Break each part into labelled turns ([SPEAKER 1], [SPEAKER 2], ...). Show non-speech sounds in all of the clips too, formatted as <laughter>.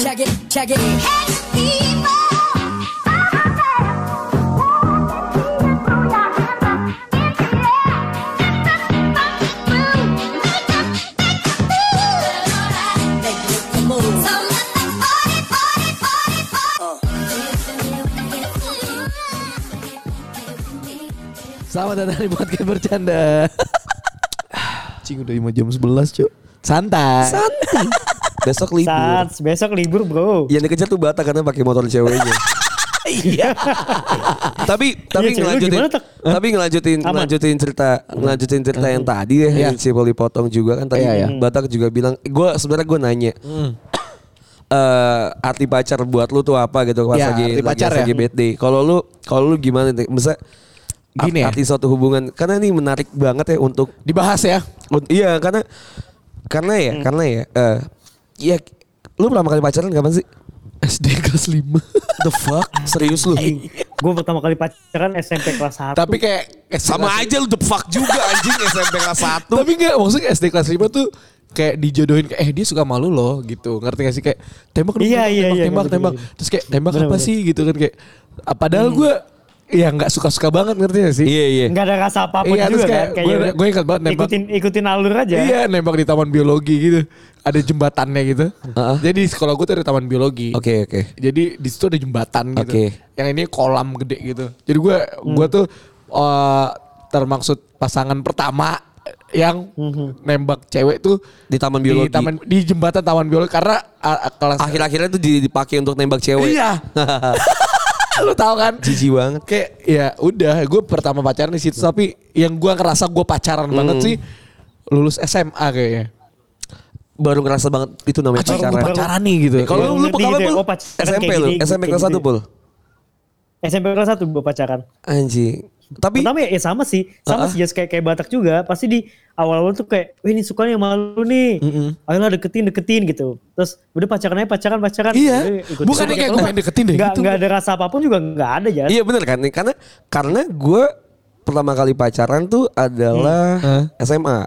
[SPEAKER 1] Shaggy. Make you look for moves.
[SPEAKER 2] Selamat datang di podcast <sighs> bercanda.
[SPEAKER 3] Cing udah mau jam 11 cuy
[SPEAKER 2] Santai.
[SPEAKER 3] Besok libur
[SPEAKER 4] Sans, besok libur bro.
[SPEAKER 3] Yang dikejar tuh bata karena pakai motor ceweknya
[SPEAKER 2] <laughs> Iya.
[SPEAKER 3] Tapi tapi
[SPEAKER 4] Iya, cewek lu
[SPEAKER 3] ngelanjutin
[SPEAKER 4] gimana, Tak?
[SPEAKER 3] Tapi ngelanjutin
[SPEAKER 4] Aman.
[SPEAKER 3] Ngelanjutin cerita Ngelanjutin cerita yang tadi ya
[SPEAKER 2] Iya.
[SPEAKER 3] Yang si Poli potong juga kan Tadi
[SPEAKER 2] Iya, Hmm. iya.
[SPEAKER 3] Batak juga bilang Gue sebenarnya gue nanya eh arti pacar buat lu tuh apa gitu pas
[SPEAKER 2] Ya,
[SPEAKER 3] lagi
[SPEAKER 2] arti
[SPEAKER 3] lagi,
[SPEAKER 2] pacar
[SPEAKER 3] lagi
[SPEAKER 2] ya.
[SPEAKER 3] BT. Kalau lu kalau lu gimana nih? Misalnya
[SPEAKER 2] Gini
[SPEAKER 3] Gini
[SPEAKER 2] ya.
[SPEAKER 3] arti suatu hubungan karena ini menarik banget ya untuk
[SPEAKER 2] Dibahas ya.
[SPEAKER 3] Ut- Iya karena karena ya karena ya eh ya lu pertama kali pacaran kapan sih?
[SPEAKER 2] SD kelas 5.
[SPEAKER 3] The fuck serius lu?
[SPEAKER 4] Gue pertama kali pacaran SMP kelas 1.
[SPEAKER 2] Tapi kayak eh,
[SPEAKER 3] Sama
[SPEAKER 2] kelas-
[SPEAKER 3] aja lu the fuck juga anjing SMP kelas 1.
[SPEAKER 2] Tapi enggak maksudnya SD kelas 5 tuh kayak dijodohin kayak eh dia suka malu loh gitu. Ngerti gak sih kayak tembak dong,
[SPEAKER 4] Iya,
[SPEAKER 2] tembak,
[SPEAKER 4] iya,
[SPEAKER 2] tembak,
[SPEAKER 4] iya,
[SPEAKER 2] tembak,
[SPEAKER 4] ngerti,
[SPEAKER 2] tembak.
[SPEAKER 4] ngerti.
[SPEAKER 2] Terus kayak tembak
[SPEAKER 4] Bener,
[SPEAKER 2] apa
[SPEAKER 4] bener.
[SPEAKER 2] sih gitu kan kayak ah, padahal gue ya nggak suka-suka banget ngerti gak sih?
[SPEAKER 3] Iya iya.
[SPEAKER 4] Nggak ada rasa apa-apa
[SPEAKER 2] Iya, terus
[SPEAKER 4] juga
[SPEAKER 2] kayak
[SPEAKER 4] kan. Kayak
[SPEAKER 2] gua-
[SPEAKER 4] ya udah,
[SPEAKER 2] gua ingat banget nembak.
[SPEAKER 4] Ikutin, ikutin alur aja.
[SPEAKER 2] Iya nembak di taman biologi gitu. Ada jembatannya gitu.
[SPEAKER 3] Heeh.
[SPEAKER 2] Jadi di sekolah gue tuh ada taman biologi.
[SPEAKER 3] Oke oke.
[SPEAKER 2] Jadi di situ ada jembatan gitu.
[SPEAKER 3] Oke.
[SPEAKER 2] Yang ini kolam gede gitu. Jadi gue gua tuh eh, termaksud pasangan pertama yang nembak cewek tuh
[SPEAKER 3] Di taman
[SPEAKER 2] di
[SPEAKER 3] biologi.
[SPEAKER 2] taman di jembatan taman biologi karena ah, ah, kelas
[SPEAKER 3] Akhir-akhirnya tuh di- dipakai untuk nembak cewek.
[SPEAKER 2] Iya. <laughs> lu tahu kan?
[SPEAKER 3] Jijik banget.
[SPEAKER 2] Kayak ya udah gue pertama pacaran di situ tapi yang gue ngerasa gue pacaran
[SPEAKER 3] Hmm.
[SPEAKER 2] banget sih lulus SMA kayaknya.
[SPEAKER 3] <laughs> Baru ngerasa banget itu namanya
[SPEAKER 2] Anjing,
[SPEAKER 3] pacaran.
[SPEAKER 2] gua pacaran nih gitu.
[SPEAKER 3] Kalau
[SPEAKER 4] Baru
[SPEAKER 3] lu
[SPEAKER 4] ngerti
[SPEAKER 3] kalau
[SPEAKER 4] gitu ya,
[SPEAKER 3] lu
[SPEAKER 4] oh, pacaran
[SPEAKER 3] SMP
[SPEAKER 4] kayak
[SPEAKER 3] lu,
[SPEAKER 4] gini,
[SPEAKER 3] SMP
[SPEAKER 4] kayak
[SPEAKER 3] kelas 1
[SPEAKER 4] gitu ya.
[SPEAKER 3] pul.
[SPEAKER 4] SMP kelas 1 gue pacaran.
[SPEAKER 3] Anjing. Tapi
[SPEAKER 4] Pertama ya, ya sama sih. Sama
[SPEAKER 3] Ah-ah.
[SPEAKER 4] sih Jas. kayak, kayak Batak juga. Pasti di awal-awal tuh kayak, wih ini suka yang malu nih. Ayolah deketin, deketin gitu. Terus udah pacarannya pacaran, pacaran.
[SPEAKER 2] Iya.
[SPEAKER 4] Ikutin.
[SPEAKER 2] Bukannya kayak gue pengen deketin deh
[SPEAKER 4] Nggak,
[SPEAKER 2] gitu.
[SPEAKER 4] nggak ada rasa apapun juga nggak ada ya.
[SPEAKER 3] Iya bener kan karena karena gue pertama kali pacaran tuh adalah
[SPEAKER 2] Hmm.
[SPEAKER 3] SMA.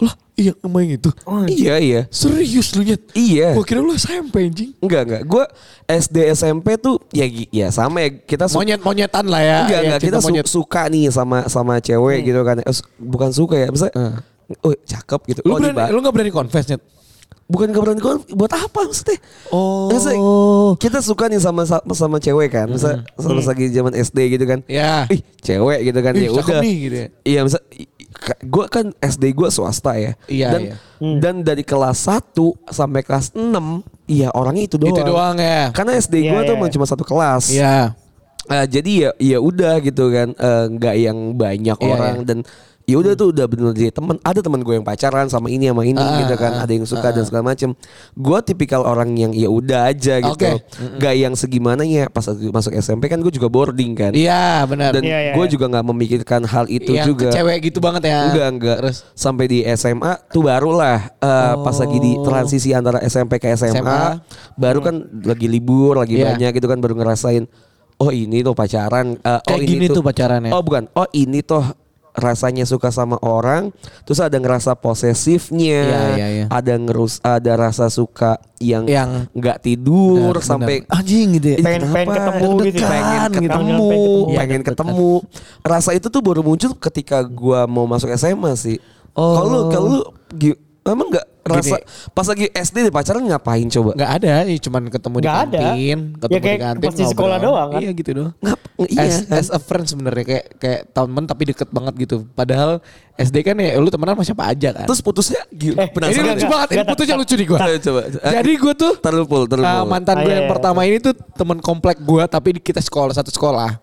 [SPEAKER 2] Lah, iya emang yang itu.
[SPEAKER 3] Iya iya.
[SPEAKER 2] Serius lu nyet?
[SPEAKER 3] Iya.
[SPEAKER 2] Gua kira lu SMP anjing.
[SPEAKER 3] Enggak enggak. Gue SD SMP tuh ya gi- ya sama ya kita su-
[SPEAKER 2] Monyet-monyetan lah ya.
[SPEAKER 3] enggak
[SPEAKER 2] Ya,
[SPEAKER 3] enggak
[SPEAKER 2] cinta Hmm.
[SPEAKER 3] kita su- suka nih sama sama cewek gitu kan. Eh, su- bukan suka ya. Misalnya Oh cakep gitu.
[SPEAKER 2] Lu
[SPEAKER 3] oh,
[SPEAKER 2] berani,
[SPEAKER 3] diba-
[SPEAKER 2] lu gak berani confess nyet?
[SPEAKER 3] bukan keberanian gue buat apa maksudnya?
[SPEAKER 2] Oh.
[SPEAKER 3] Maksudnya, kita suka nih sama sama, sama cewek kan.
[SPEAKER 2] Hmm.
[SPEAKER 3] Masa sama lagi zaman SD gitu kan.
[SPEAKER 2] Ya.
[SPEAKER 3] Ih, cewek gitu kan
[SPEAKER 2] Ih,
[SPEAKER 3] ya
[SPEAKER 2] cakep
[SPEAKER 3] udah.
[SPEAKER 2] nih, gitu ya.
[SPEAKER 3] Iya, masa gue kan SD gue swasta ya.
[SPEAKER 2] Iya,
[SPEAKER 3] dan
[SPEAKER 2] iya.
[SPEAKER 3] dan dari kelas 1 sampai kelas 6 iya orangnya itu doang.
[SPEAKER 2] Itu doang ya.
[SPEAKER 3] Ah, Karena SD
[SPEAKER 4] Iya,
[SPEAKER 3] gue tuh
[SPEAKER 4] iya.
[SPEAKER 3] emang cuma satu kelas.
[SPEAKER 2] Iya.
[SPEAKER 3] Eh, jadi ya ya udah gitu kan Eh, nggak yang banyak
[SPEAKER 2] Iya,
[SPEAKER 3] orang
[SPEAKER 2] iya.
[SPEAKER 3] dan ya udah tuh udah bener jadi teman ada teman gue yang pacaran sama ini sama ini
[SPEAKER 2] Ah,
[SPEAKER 3] gitu kan
[SPEAKER 2] ah,
[SPEAKER 3] ada yang suka dan segala macem gue tipikal orang yang ya udah aja gitu
[SPEAKER 2] Oke.
[SPEAKER 3] nggak yang segimananya pas aku masuk SMP kan gue juga boarding kan
[SPEAKER 2] Iya benar.
[SPEAKER 3] dan
[SPEAKER 4] Iya, iya,
[SPEAKER 3] gue
[SPEAKER 4] iya.
[SPEAKER 3] juga nggak memikirkan hal itu
[SPEAKER 2] Yang
[SPEAKER 3] juga
[SPEAKER 2] ke cewek gitu banget ya.
[SPEAKER 3] enggak enggak
[SPEAKER 2] Terus
[SPEAKER 3] sampai di SMA tuh barulah eh, pas lagi di
[SPEAKER 2] Oh.
[SPEAKER 3] transisi antara SMP ke SMA,
[SPEAKER 2] SMA.
[SPEAKER 3] baru kan lagi libur lagi
[SPEAKER 2] Iya.
[SPEAKER 3] banyak gitu kan baru ngerasain oh ini tuh pacaran eh, oh
[SPEAKER 2] Kayak
[SPEAKER 3] ini
[SPEAKER 2] gini tuh pacarannya.
[SPEAKER 3] oh bukan oh ini tuh rasanya suka sama orang terus ada ngerasa posesifnya
[SPEAKER 2] Iya, iya, iya.
[SPEAKER 3] ada ngerus ada rasa suka yang
[SPEAKER 2] Yang-
[SPEAKER 3] nggak tidur sampai
[SPEAKER 2] Nah, <laughs> Benar. anjing gitu ya.
[SPEAKER 3] Ih,
[SPEAKER 4] Pengen- pengen
[SPEAKER 3] kenapa?
[SPEAKER 4] ketemu gitu,
[SPEAKER 3] Deg-degan,
[SPEAKER 4] pengen
[SPEAKER 3] pengen
[SPEAKER 4] ketemu.
[SPEAKER 3] ketemu,
[SPEAKER 4] Iya,
[SPEAKER 3] pengen ketemu. Rasa itu tuh baru muncul ketika gua mau masuk SMA sih.
[SPEAKER 2] Oh.
[SPEAKER 3] Kalau lu- kalau lu gi- emang nggak rasa
[SPEAKER 2] Gini.
[SPEAKER 3] pas lagi SD di pacaran ngapain coba?
[SPEAKER 2] Enggak ada, ya, cuman ketemu di
[SPEAKER 4] Nggak ada.
[SPEAKER 2] kantin, ketemu
[SPEAKER 4] Ya, kayak
[SPEAKER 2] di kantin.
[SPEAKER 4] pas di sekolah
[SPEAKER 2] ngobrol.
[SPEAKER 4] doang kan.
[SPEAKER 2] Iya gitu doang.
[SPEAKER 3] Ngap- iya,
[SPEAKER 2] As,
[SPEAKER 3] kan?
[SPEAKER 2] as a friend sebenarnya kayak kayak temen tapi deket banget gitu. Padahal SD kan ya lu temenan sama siapa aja kan.
[SPEAKER 3] Terus putusnya gil-
[SPEAKER 4] Eh,
[SPEAKER 2] ini
[SPEAKER 3] penasaran.
[SPEAKER 2] lucu
[SPEAKER 4] enggak,
[SPEAKER 2] banget, ini
[SPEAKER 4] enggak,
[SPEAKER 2] putusnya
[SPEAKER 4] tak-
[SPEAKER 2] lucu nih gua.
[SPEAKER 3] Ayo coba. Eh,
[SPEAKER 2] Jadi gua tuh
[SPEAKER 3] Ntar lu pul, ntar lu
[SPEAKER 2] Ah,
[SPEAKER 3] pul.
[SPEAKER 2] mantan gue
[SPEAKER 4] Ah,
[SPEAKER 2] yang
[SPEAKER 4] iya, iya.
[SPEAKER 2] pertama ini tuh temen komplek gue tapi di- kita sekolah satu sekolah.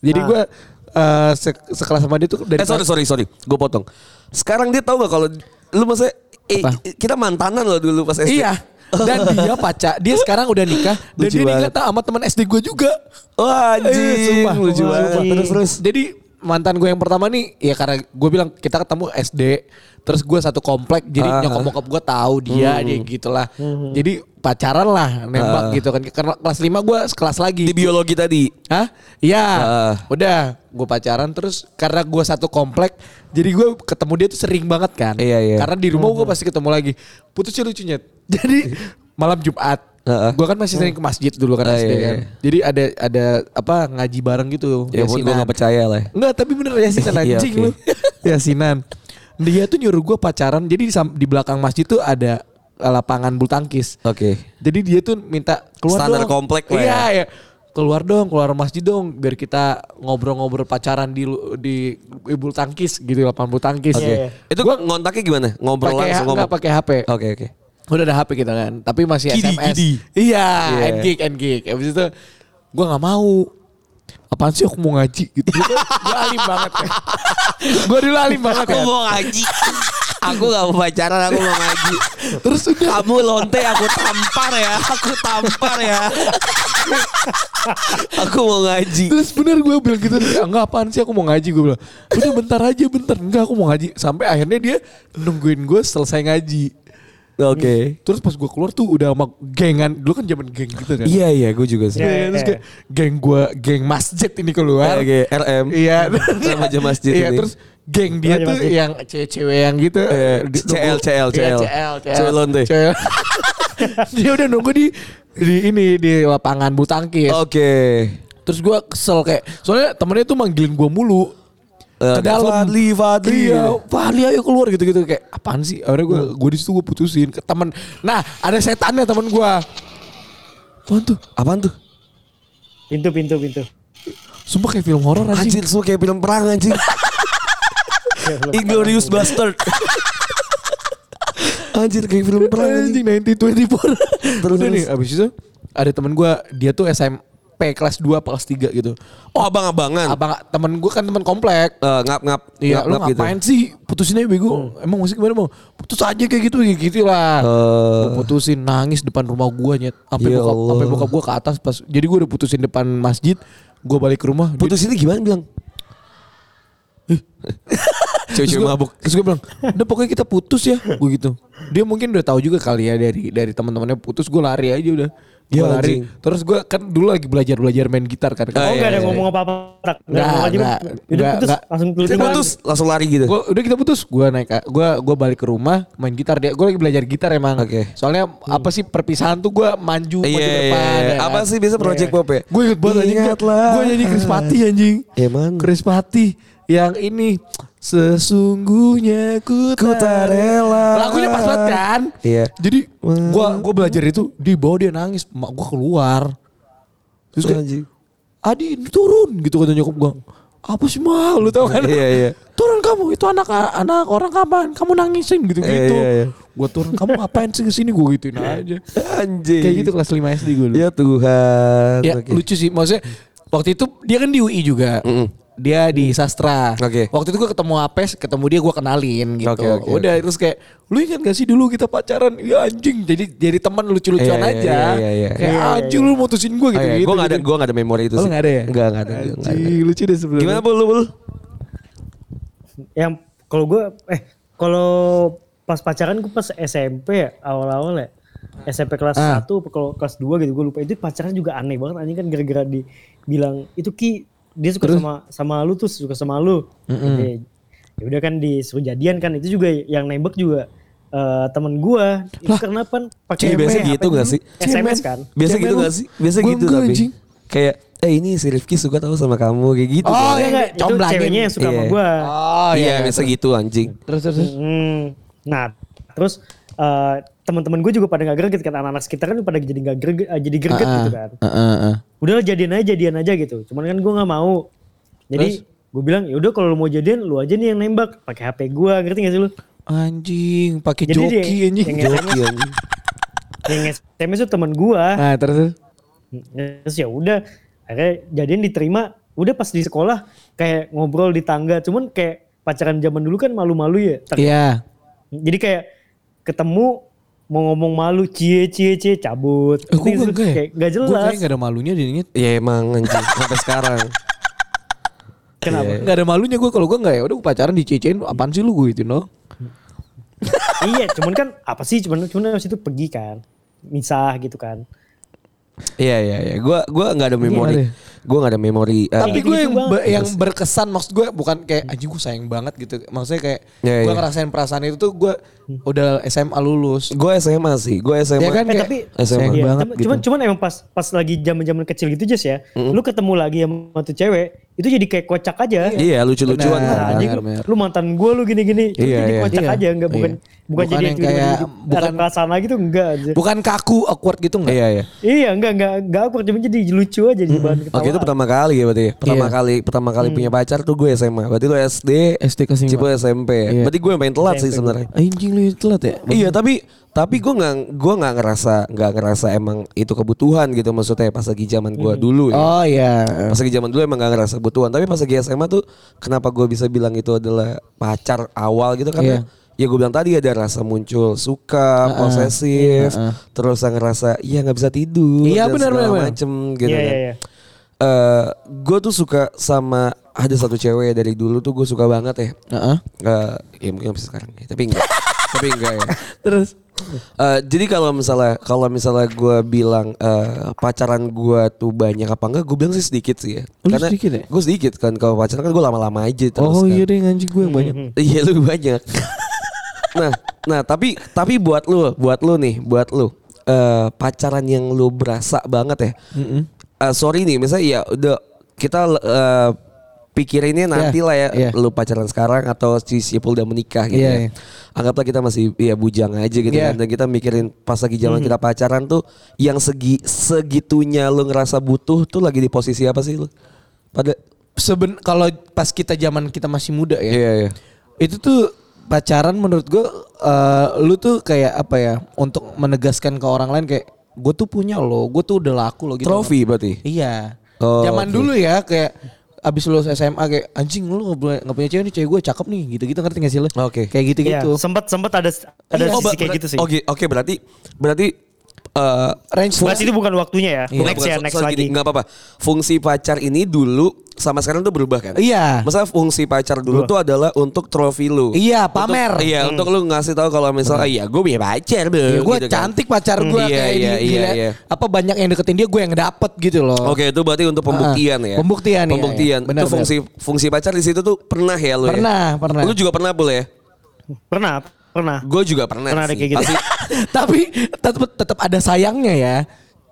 [SPEAKER 2] Jadi
[SPEAKER 4] Ah.
[SPEAKER 2] gue eh, se- sekelas sama dia tuh dari
[SPEAKER 3] Eh sorry sorry sorry, gue potong. Sekarang dia tahu nggak kalau lu maksudnya eh,
[SPEAKER 2] Apa?
[SPEAKER 3] kita mantanan loh dulu pas SD.
[SPEAKER 2] Iya.
[SPEAKER 3] <laughs>
[SPEAKER 2] Dan dia pacar, dia sekarang udah nikah dan dia
[SPEAKER 3] Lucu
[SPEAKER 2] nikah
[SPEAKER 3] banget.
[SPEAKER 2] sama teman SD gue juga.
[SPEAKER 3] Wah
[SPEAKER 2] Iya,
[SPEAKER 3] anjing,
[SPEAKER 2] sumpah.
[SPEAKER 3] lucu
[SPEAKER 2] Wah,
[SPEAKER 3] banget.
[SPEAKER 2] sumpah.
[SPEAKER 3] Terus terus.
[SPEAKER 2] Jadi mantan gue yang pertama nih ya karena gue bilang kita ketemu SD terus gue satu komplek jadi
[SPEAKER 3] Ah. Hmm.
[SPEAKER 2] nyokap bokap gue tahu dia dia gitulah
[SPEAKER 4] Hmm.
[SPEAKER 2] jadi pacaran lah nembak
[SPEAKER 3] Ah.
[SPEAKER 2] gitu kan karena kelas 5 gue sekelas lagi
[SPEAKER 3] Di biologi tadi.
[SPEAKER 2] Hah? Iya.
[SPEAKER 3] Heeh.
[SPEAKER 2] Udah, gue pacaran terus karena gue satu komplek, jadi gue ketemu dia tuh sering banget kan.
[SPEAKER 3] Iya, iya.
[SPEAKER 2] <laughs> Karena di rumah gue pasti ketemu lagi. Putusnya lucunya. Jadi malam Jumat
[SPEAKER 3] Heeh.
[SPEAKER 2] Gua kan masih sering ke masjid dulu kan
[SPEAKER 3] Ah,
[SPEAKER 2] SD
[SPEAKER 3] iya,
[SPEAKER 2] kan.
[SPEAKER 3] iya.
[SPEAKER 2] Jadi ada ada apa ngaji bareng gitu.
[SPEAKER 3] Ya pun gue
[SPEAKER 2] yasinan.
[SPEAKER 3] gak percaya lah.
[SPEAKER 2] Enggak, tapi bener ya, yasinan
[SPEAKER 3] <laughs> Iya,
[SPEAKER 2] anjing
[SPEAKER 3] oke.
[SPEAKER 2] lu. <laughs> Yasinan. Dia tuh nyuruh gue pacaran. Jadi di, sam- di belakang masjid tuh ada eh, lapangan bulu tangkis.
[SPEAKER 3] Oke.
[SPEAKER 2] Jadi dia tuh minta keluar
[SPEAKER 3] Standar
[SPEAKER 2] dong.
[SPEAKER 3] komplek lah
[SPEAKER 2] Iya,
[SPEAKER 3] ya.
[SPEAKER 2] iya. Keluar dong, keluar masjid dong biar kita ngobrol-ngobrol pacaran di lu- di bulu tangkis gitu, lapangan bulu tangkis.
[SPEAKER 3] Oke.
[SPEAKER 4] Iya, iya.
[SPEAKER 3] Itu ngontaknya gimana? Ngobrol
[SPEAKER 2] Pakai
[SPEAKER 3] langsung
[SPEAKER 2] enggak
[SPEAKER 3] ngomong.
[SPEAKER 2] pakai HP.
[SPEAKER 3] Oke oke.
[SPEAKER 2] Udah ada HP kita kan, tapi masih
[SPEAKER 3] Kidi,
[SPEAKER 2] SMS.
[SPEAKER 3] kidi.
[SPEAKER 2] Iya,
[SPEAKER 3] Iya.
[SPEAKER 2] end gig, end gig. Abis itu gue nggak mau. Apaan sih aku mau ngaji gitu. <laughs> gue alim banget kan. gue dulu alim banget
[SPEAKER 3] Aku
[SPEAKER 2] kan.
[SPEAKER 3] mau ngaji. aku gak mau pacaran, aku mau ngaji.
[SPEAKER 2] Terus udah
[SPEAKER 3] Kamu lonte, aku tampar ya. Aku tampar ya. aku mau ngaji.
[SPEAKER 2] Terus bener gue bilang gitu "Ya, Enggak apaan sih aku mau ngaji Gue bilang Udah bentar aja bentar Enggak aku mau ngaji Sampai akhirnya dia Nungguin gue selesai ngaji
[SPEAKER 3] Oke.
[SPEAKER 2] Terus pas gue keluar tuh Udah sama gengan Dulu kan zaman geng gitu kan
[SPEAKER 3] Iya iya, gue juga sih.
[SPEAKER 2] Iya, iya, terus kayak geng gue, geng masjid ini keluar.
[SPEAKER 3] Oke, RM.
[SPEAKER 2] Iya,
[SPEAKER 3] Remaja masjid
[SPEAKER 2] Iya,
[SPEAKER 3] ini.
[SPEAKER 2] terus geng dia
[SPEAKER 4] Remaja
[SPEAKER 2] tuh
[SPEAKER 4] masjid.
[SPEAKER 2] yang cewek-cewek yang gitu.
[SPEAKER 3] Eh,
[SPEAKER 2] di-
[SPEAKER 3] CL,
[SPEAKER 2] nunggu- Iya,
[SPEAKER 3] CL, CL.
[SPEAKER 2] CL, CL.
[SPEAKER 3] Cewek lonte.
[SPEAKER 2] Cewek- <laughs> dia udah nunggu di di ini di lapangan bulu tangkis.
[SPEAKER 3] Oke.
[SPEAKER 2] Terus gue kesel kayak soalnya temennya tuh manggilin gue mulu.
[SPEAKER 3] Eh,
[SPEAKER 2] ke dalam.
[SPEAKER 3] Fadli, Fadli.
[SPEAKER 2] Iya, Fadli ayo keluar gitu-gitu kayak apaan sih? Akhirnya gue
[SPEAKER 3] Hmm.
[SPEAKER 2] gue di situ gue putusin ke temen. Nah, ada setannya temen gue. Apaan tuh?
[SPEAKER 3] Apaan tuh?
[SPEAKER 4] Pintu pintu pintu.
[SPEAKER 2] Sumpah kayak film horor anjing.
[SPEAKER 3] Anjir, semua kayak film perang <laughs> anjir. Inglorious
[SPEAKER 2] <laughs>
[SPEAKER 3] Bastard. anjir, kayak film perang anjir.
[SPEAKER 2] Anjing 1924.
[SPEAKER 3] <laughs> Terus,
[SPEAKER 2] Terus Udah
[SPEAKER 3] terus.
[SPEAKER 2] nih abis itu ada temen gue dia tuh SMP kelas 2 kelas 3 gitu.
[SPEAKER 3] Oh, abang-abangan.
[SPEAKER 2] Abang temen gue kan temen komplek.
[SPEAKER 3] Eh, ngap-ngap.
[SPEAKER 2] Iya, lu
[SPEAKER 3] ngap-ngap gitu. Hmm.
[SPEAKER 2] ngapain sih putusin aja bego? Emang musik gimana mau? Putus aja kayak gitu, kayak gitu lah.
[SPEAKER 3] Eh.
[SPEAKER 2] Gua putusin nangis depan rumah gua nyet. Sampai
[SPEAKER 3] Ya
[SPEAKER 2] bokap,
[SPEAKER 3] Allah.
[SPEAKER 2] sampai bokap gua ke atas pas. Jadi gua udah putusin depan masjid, gua balik ke rumah.
[SPEAKER 3] Putus ini gimana bilang? <laughs> Cewek-cewek mabuk.
[SPEAKER 2] Terus gue bilang, udah pokoknya kita putus ya, gue gitu. Dia mungkin udah tahu juga kali ya dari dari teman-temannya putus, gue lari aja udah. Gue
[SPEAKER 3] Ya,
[SPEAKER 2] lari.
[SPEAKER 3] anjing.
[SPEAKER 2] Terus gue kan dulu lagi belajar belajar main gitar kan.
[SPEAKER 3] Oh,
[SPEAKER 4] Oh
[SPEAKER 3] iya,
[SPEAKER 4] enggak ada
[SPEAKER 3] iya,
[SPEAKER 4] ngomong apa-apa. Tak. Nggak ada
[SPEAKER 2] Nggak,
[SPEAKER 4] ngomong aja,
[SPEAKER 2] nggak,
[SPEAKER 4] udah. Udah
[SPEAKER 2] nggak,
[SPEAKER 4] putus
[SPEAKER 2] nggak.
[SPEAKER 4] langsung keluar.
[SPEAKER 3] Kita putus, langsung lari gitu.
[SPEAKER 2] Gua, udah kita putus. Gue naik, gue gue balik ke rumah main gitar dia. Gue lagi belajar gitar emang.
[SPEAKER 3] Oke.
[SPEAKER 2] Soalnya apa sih perpisahan tuh gue maju maju ke
[SPEAKER 3] Iya, iya,
[SPEAKER 2] depan.
[SPEAKER 3] iya.
[SPEAKER 2] ya
[SPEAKER 3] Apa
[SPEAKER 2] kan.
[SPEAKER 3] sih biasa Project Pop ya?
[SPEAKER 2] Gue inget banget anjing.
[SPEAKER 3] Ingatlah.
[SPEAKER 2] Gue nyanyi Krispati anjing.
[SPEAKER 3] Ya, mana?
[SPEAKER 2] Krispati yang ini sesungguhnya ku,
[SPEAKER 3] Ku tak rela.
[SPEAKER 2] Lagunya pas banget kan?
[SPEAKER 3] Iya.
[SPEAKER 2] Jadi gua gua belajar itu di bawah dia nangis, mak gua keluar. Terus kayak,
[SPEAKER 3] Anjing.
[SPEAKER 2] Adi turun gitu kata nyokap gua. Apa sih mal lu tau kan?
[SPEAKER 3] Iya, iya.
[SPEAKER 2] Turun kamu itu anak anak orang kapan? Kamu nangisin gitu gitu.
[SPEAKER 3] Iya, iya, iya.
[SPEAKER 2] Gua turun kamu ngapain sih kesini gua gituin aja.
[SPEAKER 3] Anjir.
[SPEAKER 2] Kayak gitu kelas 5 SD gue.
[SPEAKER 3] Ya Tuhan.
[SPEAKER 2] Ya
[SPEAKER 3] Iya, Oke.
[SPEAKER 2] lucu sih maksudnya waktu itu dia kan di UI juga. Dia di sastra.
[SPEAKER 3] Oke.
[SPEAKER 2] Waktu itu gue ketemu Apes, ketemu dia gue kenalin gitu.
[SPEAKER 3] Oke, oke,
[SPEAKER 2] Udah terus kayak lu ingat gak sih dulu kita pacaran? Ya anjing. Jadi jadi teman lucu-lucuan
[SPEAKER 3] Iya, iya,
[SPEAKER 2] aja.
[SPEAKER 3] iya, iya, iya.
[SPEAKER 2] Kayak anjing lu mutusin gue
[SPEAKER 3] Oh,
[SPEAKER 2] gitu.
[SPEAKER 3] iya,
[SPEAKER 2] gitu,
[SPEAKER 3] Gua gak ada,
[SPEAKER 2] gitu.
[SPEAKER 3] gua gak ada memori itu
[SPEAKER 2] Oh,
[SPEAKER 3] sih.
[SPEAKER 2] lu nggak ada ya?
[SPEAKER 3] Nggak, nggak ada. nggak ada.
[SPEAKER 2] Anjing, lucu deh sebelumnya.
[SPEAKER 3] Gimana bul, lu bul?
[SPEAKER 4] Yang kalau gue eh kalau pas pacaran gue pas SMP ya, awal-awal ya. SMP kelas
[SPEAKER 2] Ah.
[SPEAKER 4] 1 apa kalau kelas 2 gitu gue lupa. Itu pacaran juga aneh banget anjing kan gara-gara dibilang itu Ki dia suka sama sama lu tuh suka sama lu. Oke. Ya udah kan disuruh jadian kan itu juga yang nembak juga eh, temen gua itu kenapa
[SPEAKER 3] Cewek
[SPEAKER 4] pakai
[SPEAKER 3] biasa
[SPEAKER 4] apa
[SPEAKER 3] gitu
[SPEAKER 4] itu?
[SPEAKER 3] gak sih?
[SPEAKER 4] SMS kan
[SPEAKER 3] Biasa
[SPEAKER 2] Cemen
[SPEAKER 3] gitu
[SPEAKER 2] lu.
[SPEAKER 3] gak sih? Biasa
[SPEAKER 2] Gua
[SPEAKER 3] gitu
[SPEAKER 2] enggak,
[SPEAKER 3] tapi.
[SPEAKER 2] anjing.
[SPEAKER 3] Kayak, eh ini si Rifki suka tau sama kamu. Kayak gitu.
[SPEAKER 2] Oh,
[SPEAKER 3] kan.
[SPEAKER 2] iya,
[SPEAKER 4] Enggak, enggak, itu
[SPEAKER 2] Comblangin.
[SPEAKER 4] ceweknya yang suka sama
[SPEAKER 3] Iya.
[SPEAKER 4] gua
[SPEAKER 2] Oh
[SPEAKER 3] iya, biasa gitu anjing.
[SPEAKER 2] Terus terus. terus.
[SPEAKER 4] Hmm. Nah, terus eh teman-teman gue juga pada nggak greget kan anak-anak sekitar kan pada jadi nggak greget, eh, jadi greget gitu kan.
[SPEAKER 2] Ah, ah, ah.
[SPEAKER 4] Udah jadian aja, jadian aja gitu. Cuman kan gue nggak mau. Jadi gue bilang ya udah kalau lu mau jadian lu aja nih yang nembak pakai HP gue ngerti gak sih lu?
[SPEAKER 2] Anjing, pakai
[SPEAKER 4] Jadi dia-
[SPEAKER 2] joki anjing.
[SPEAKER 4] yang-
[SPEAKER 3] Joki anjing.
[SPEAKER 4] Yang SMS itu teman gue.
[SPEAKER 2] Nah, terus. terus.
[SPEAKER 4] Terus ya udah akhirnya jadian diterima. Udah pas di sekolah kayak ngobrol di tangga. Cuman kayak pacaran zaman dulu kan malu-malu ya. Ter-
[SPEAKER 2] Iya.
[SPEAKER 4] Jadi kayak ketemu mau ngomong malu cie cie cie cabut.
[SPEAKER 2] Eh, gue
[SPEAKER 4] Ngerti
[SPEAKER 2] enggak ya?
[SPEAKER 4] Kayak nggak
[SPEAKER 2] Gue
[SPEAKER 4] jelas.
[SPEAKER 2] kayaknya gak ada malunya dia inget.
[SPEAKER 3] Ya emang anjing. <laughs> Sampai sekarang.
[SPEAKER 4] Kenapa?
[SPEAKER 2] Gak ada malunya gue kalau gue gak ya udah gue pacaran dicecein apaan sih lu gue gitu no.
[SPEAKER 4] iya, cuman kan apa sih cuman cuman habis itu pergi kan. Misah gitu kan.
[SPEAKER 3] Iya iya iya. Gua gua nggak ada memori.
[SPEAKER 2] Gimana?
[SPEAKER 3] gue nggak ada memori. eh,
[SPEAKER 2] Tapi
[SPEAKER 4] Iya,
[SPEAKER 2] gue yang
[SPEAKER 4] gitu
[SPEAKER 2] be- yang berkesan maksud gue bukan kayak anjing gue sayang banget gitu. Maksudnya kayak
[SPEAKER 3] Iya,
[SPEAKER 2] gue
[SPEAKER 3] iya.
[SPEAKER 2] ngerasain perasaan itu tuh gue udah SMA lulus.
[SPEAKER 3] gue SMA sih, gue SMA.
[SPEAKER 2] Ya kan
[SPEAKER 4] Eh,
[SPEAKER 2] kayak
[SPEAKER 4] tapi
[SPEAKER 3] SMA
[SPEAKER 4] Iya,
[SPEAKER 3] banget
[SPEAKER 4] tapi
[SPEAKER 3] gitu.
[SPEAKER 4] cuman cuman emang pas pas lagi zaman-zaman kecil gitu Jess ya. Lu ketemu lagi sama tuh cewek, itu jadi kayak kocak aja. Nah,
[SPEAKER 3] Iya lucu-lucuan.
[SPEAKER 2] Benar.
[SPEAKER 3] kan.
[SPEAKER 4] Anjing,
[SPEAKER 2] benar.
[SPEAKER 4] lu mantan gue lu gini-gini. Itu
[SPEAKER 3] Iya,
[SPEAKER 4] jadi
[SPEAKER 3] iya.
[SPEAKER 4] kocak
[SPEAKER 2] Iya.
[SPEAKER 4] aja enggak bukan
[SPEAKER 2] Iya.
[SPEAKER 4] bukan
[SPEAKER 2] Bukan
[SPEAKER 4] jadi
[SPEAKER 2] yang
[SPEAKER 4] tiba-tiba
[SPEAKER 2] kayak-
[SPEAKER 4] jadi ada
[SPEAKER 2] bukan-
[SPEAKER 4] perasaan lagi tuh gitu, enggak aja.
[SPEAKER 2] bukan kaku awkward gitu enggak?
[SPEAKER 3] Iya iya.
[SPEAKER 4] Iya, enggak enggak enggak aku cuma jadi lucu aja jadi bahan ketawa.
[SPEAKER 3] Oke itu pertama kali ya berarti ya. Pertama kali pertama kali punya pacar tuh gue SMA. Berarti lu SD,
[SPEAKER 2] SD kelas lima.
[SPEAKER 3] Cipu SMP.
[SPEAKER 2] Iya.
[SPEAKER 3] ya? Berarti gue yang paling telat sih sebenarnya.
[SPEAKER 2] Anjing lu telat ya?
[SPEAKER 3] Iya tapi tapi gue nggak gue nggak ngerasa nggak ngerasa emang itu kebutuhan gitu maksudnya pas lagi zaman gue dulu ya.
[SPEAKER 2] Oh iya.
[SPEAKER 3] Pas lagi zaman dulu emang gak ngerasa kebutuhan Tapi pas lagi SMA tuh Kenapa gue bisa bilang itu adalah Pacar awal gitu
[SPEAKER 2] Iya.
[SPEAKER 3] Karena Ya gue bilang tadi ada rasa muncul Suka, posesif Terus yang ngerasa Iya gak bisa tidur
[SPEAKER 2] Iya,
[SPEAKER 3] dan
[SPEAKER 2] benar,
[SPEAKER 3] segala
[SPEAKER 2] benar, benar.
[SPEAKER 3] macem gitu
[SPEAKER 4] Iya,
[SPEAKER 3] kan
[SPEAKER 4] iya, iya.
[SPEAKER 3] Eh, Gue tuh suka sama Ada satu cewek dari dulu tuh gue suka banget ya
[SPEAKER 2] Heeh.
[SPEAKER 3] Eh, ya mungkin habis sekarang ya. Tapi
[SPEAKER 2] <laughs>
[SPEAKER 3] enggak. tapi enggak ya. Terus eh, jadi kalau misalnya kalau misalnya gue bilang eh, pacaran gue tuh banyak apa enggak, gue bilang sih sedikit sih ya.
[SPEAKER 2] Lu sedikit ya?
[SPEAKER 3] Gue sedikit kan kalau pacaran kan gue lama-lama aja terus.
[SPEAKER 2] Oh
[SPEAKER 3] kan.
[SPEAKER 2] iya deh anjing gue yang banyak.
[SPEAKER 3] Iya lu
[SPEAKER 2] <laughs>
[SPEAKER 3] banyak. nah, nah tapi tapi buat lu, buat lu nih, buat lu eh, pacaran yang lu berasa banget ya. Eh, sorry nih, misalnya ya udah kita eh, pikirinnya nanti lah ya,
[SPEAKER 2] iya.
[SPEAKER 3] lu pacaran sekarang atau si sipul udah menikah gitu
[SPEAKER 2] Iya, iya.
[SPEAKER 3] ya. Anggaplah kita masih ya bujang aja gitu
[SPEAKER 2] Iya. Hmm.
[SPEAKER 3] kan. Dan kita mikirin pas lagi zaman kita pacaran tuh yang segi segitunya lu ngerasa butuh tuh lagi di posisi apa sih lu? Pada
[SPEAKER 2] Seben kalau pas kita zaman kita masih muda ya.
[SPEAKER 3] Iya, iya.
[SPEAKER 2] Itu tuh pacaran menurut gue eh, lu tuh kayak apa ya untuk menegaskan ke orang lain kayak gue tuh punya lo, gue tuh udah laku lo gitu.
[SPEAKER 3] Trofi berarti.
[SPEAKER 2] Iya.
[SPEAKER 3] Oh,
[SPEAKER 2] Zaman
[SPEAKER 3] oke.
[SPEAKER 2] dulu ya kayak abis lulus SMA kayak anjing lu nggak boleh- nggak punya cewek nih cewek gue cakep nih gitu-gitu ngerti gak sih lu?
[SPEAKER 3] Oke.
[SPEAKER 2] Kayak
[SPEAKER 4] Iya,
[SPEAKER 2] gitu-gitu.
[SPEAKER 4] sempat sempat ada ada
[SPEAKER 2] Iya.
[SPEAKER 3] gitu. Oh,
[SPEAKER 4] sisi
[SPEAKER 3] ber-
[SPEAKER 4] kayak
[SPEAKER 3] ber-
[SPEAKER 4] gitu sih.
[SPEAKER 3] Oke, oke berarti berarti eh
[SPEAKER 2] Range
[SPEAKER 4] Bahas itu bukan waktunya ya.
[SPEAKER 3] bukan-
[SPEAKER 4] Next
[SPEAKER 3] bukan,
[SPEAKER 4] ya,
[SPEAKER 3] so-
[SPEAKER 4] next
[SPEAKER 3] Iya, soal
[SPEAKER 4] lagi.
[SPEAKER 3] gini, nggak apa-apa. Fungsi pacar ini dulu sama sekarang tuh berubah kan?
[SPEAKER 2] Iya.
[SPEAKER 3] Masa fungsi pacar dulu tuh adalah untuk trofi lu.
[SPEAKER 2] Iya,
[SPEAKER 3] Untuk-
[SPEAKER 2] pamer.
[SPEAKER 3] iya, untuk lu ngasih tahu kalau misalnya iya gue punya pacar, Bro.
[SPEAKER 2] Ya, gue
[SPEAKER 3] gitu kan.
[SPEAKER 2] cantik pacar gue
[SPEAKER 3] Hmm, iya,
[SPEAKER 2] kayak
[SPEAKER 3] iya,
[SPEAKER 2] ini,
[SPEAKER 3] iya,
[SPEAKER 2] gila.
[SPEAKER 3] iya.
[SPEAKER 2] Apa banyak yang deketin dia gue yang dapet gitu loh.
[SPEAKER 3] Oke, itu berarti untuk pembuktian
[SPEAKER 2] Ah,
[SPEAKER 3] ya.
[SPEAKER 2] pembuktian, iya,
[SPEAKER 3] Pembuktian.
[SPEAKER 2] iya. Benar,
[SPEAKER 3] itu fungsi fungsi pacar di situ tuh pernah ya lu ya?
[SPEAKER 2] Pernah, pernah.
[SPEAKER 3] Lu juga pernah boleh ya?
[SPEAKER 4] Pernah, pernah.
[SPEAKER 3] Gue juga pernah.
[SPEAKER 4] Pernah ada
[SPEAKER 3] sih.
[SPEAKER 4] kayak gitu.
[SPEAKER 3] Pasti-
[SPEAKER 2] <laughs> Tapi tetap tetap ada sayangnya ya.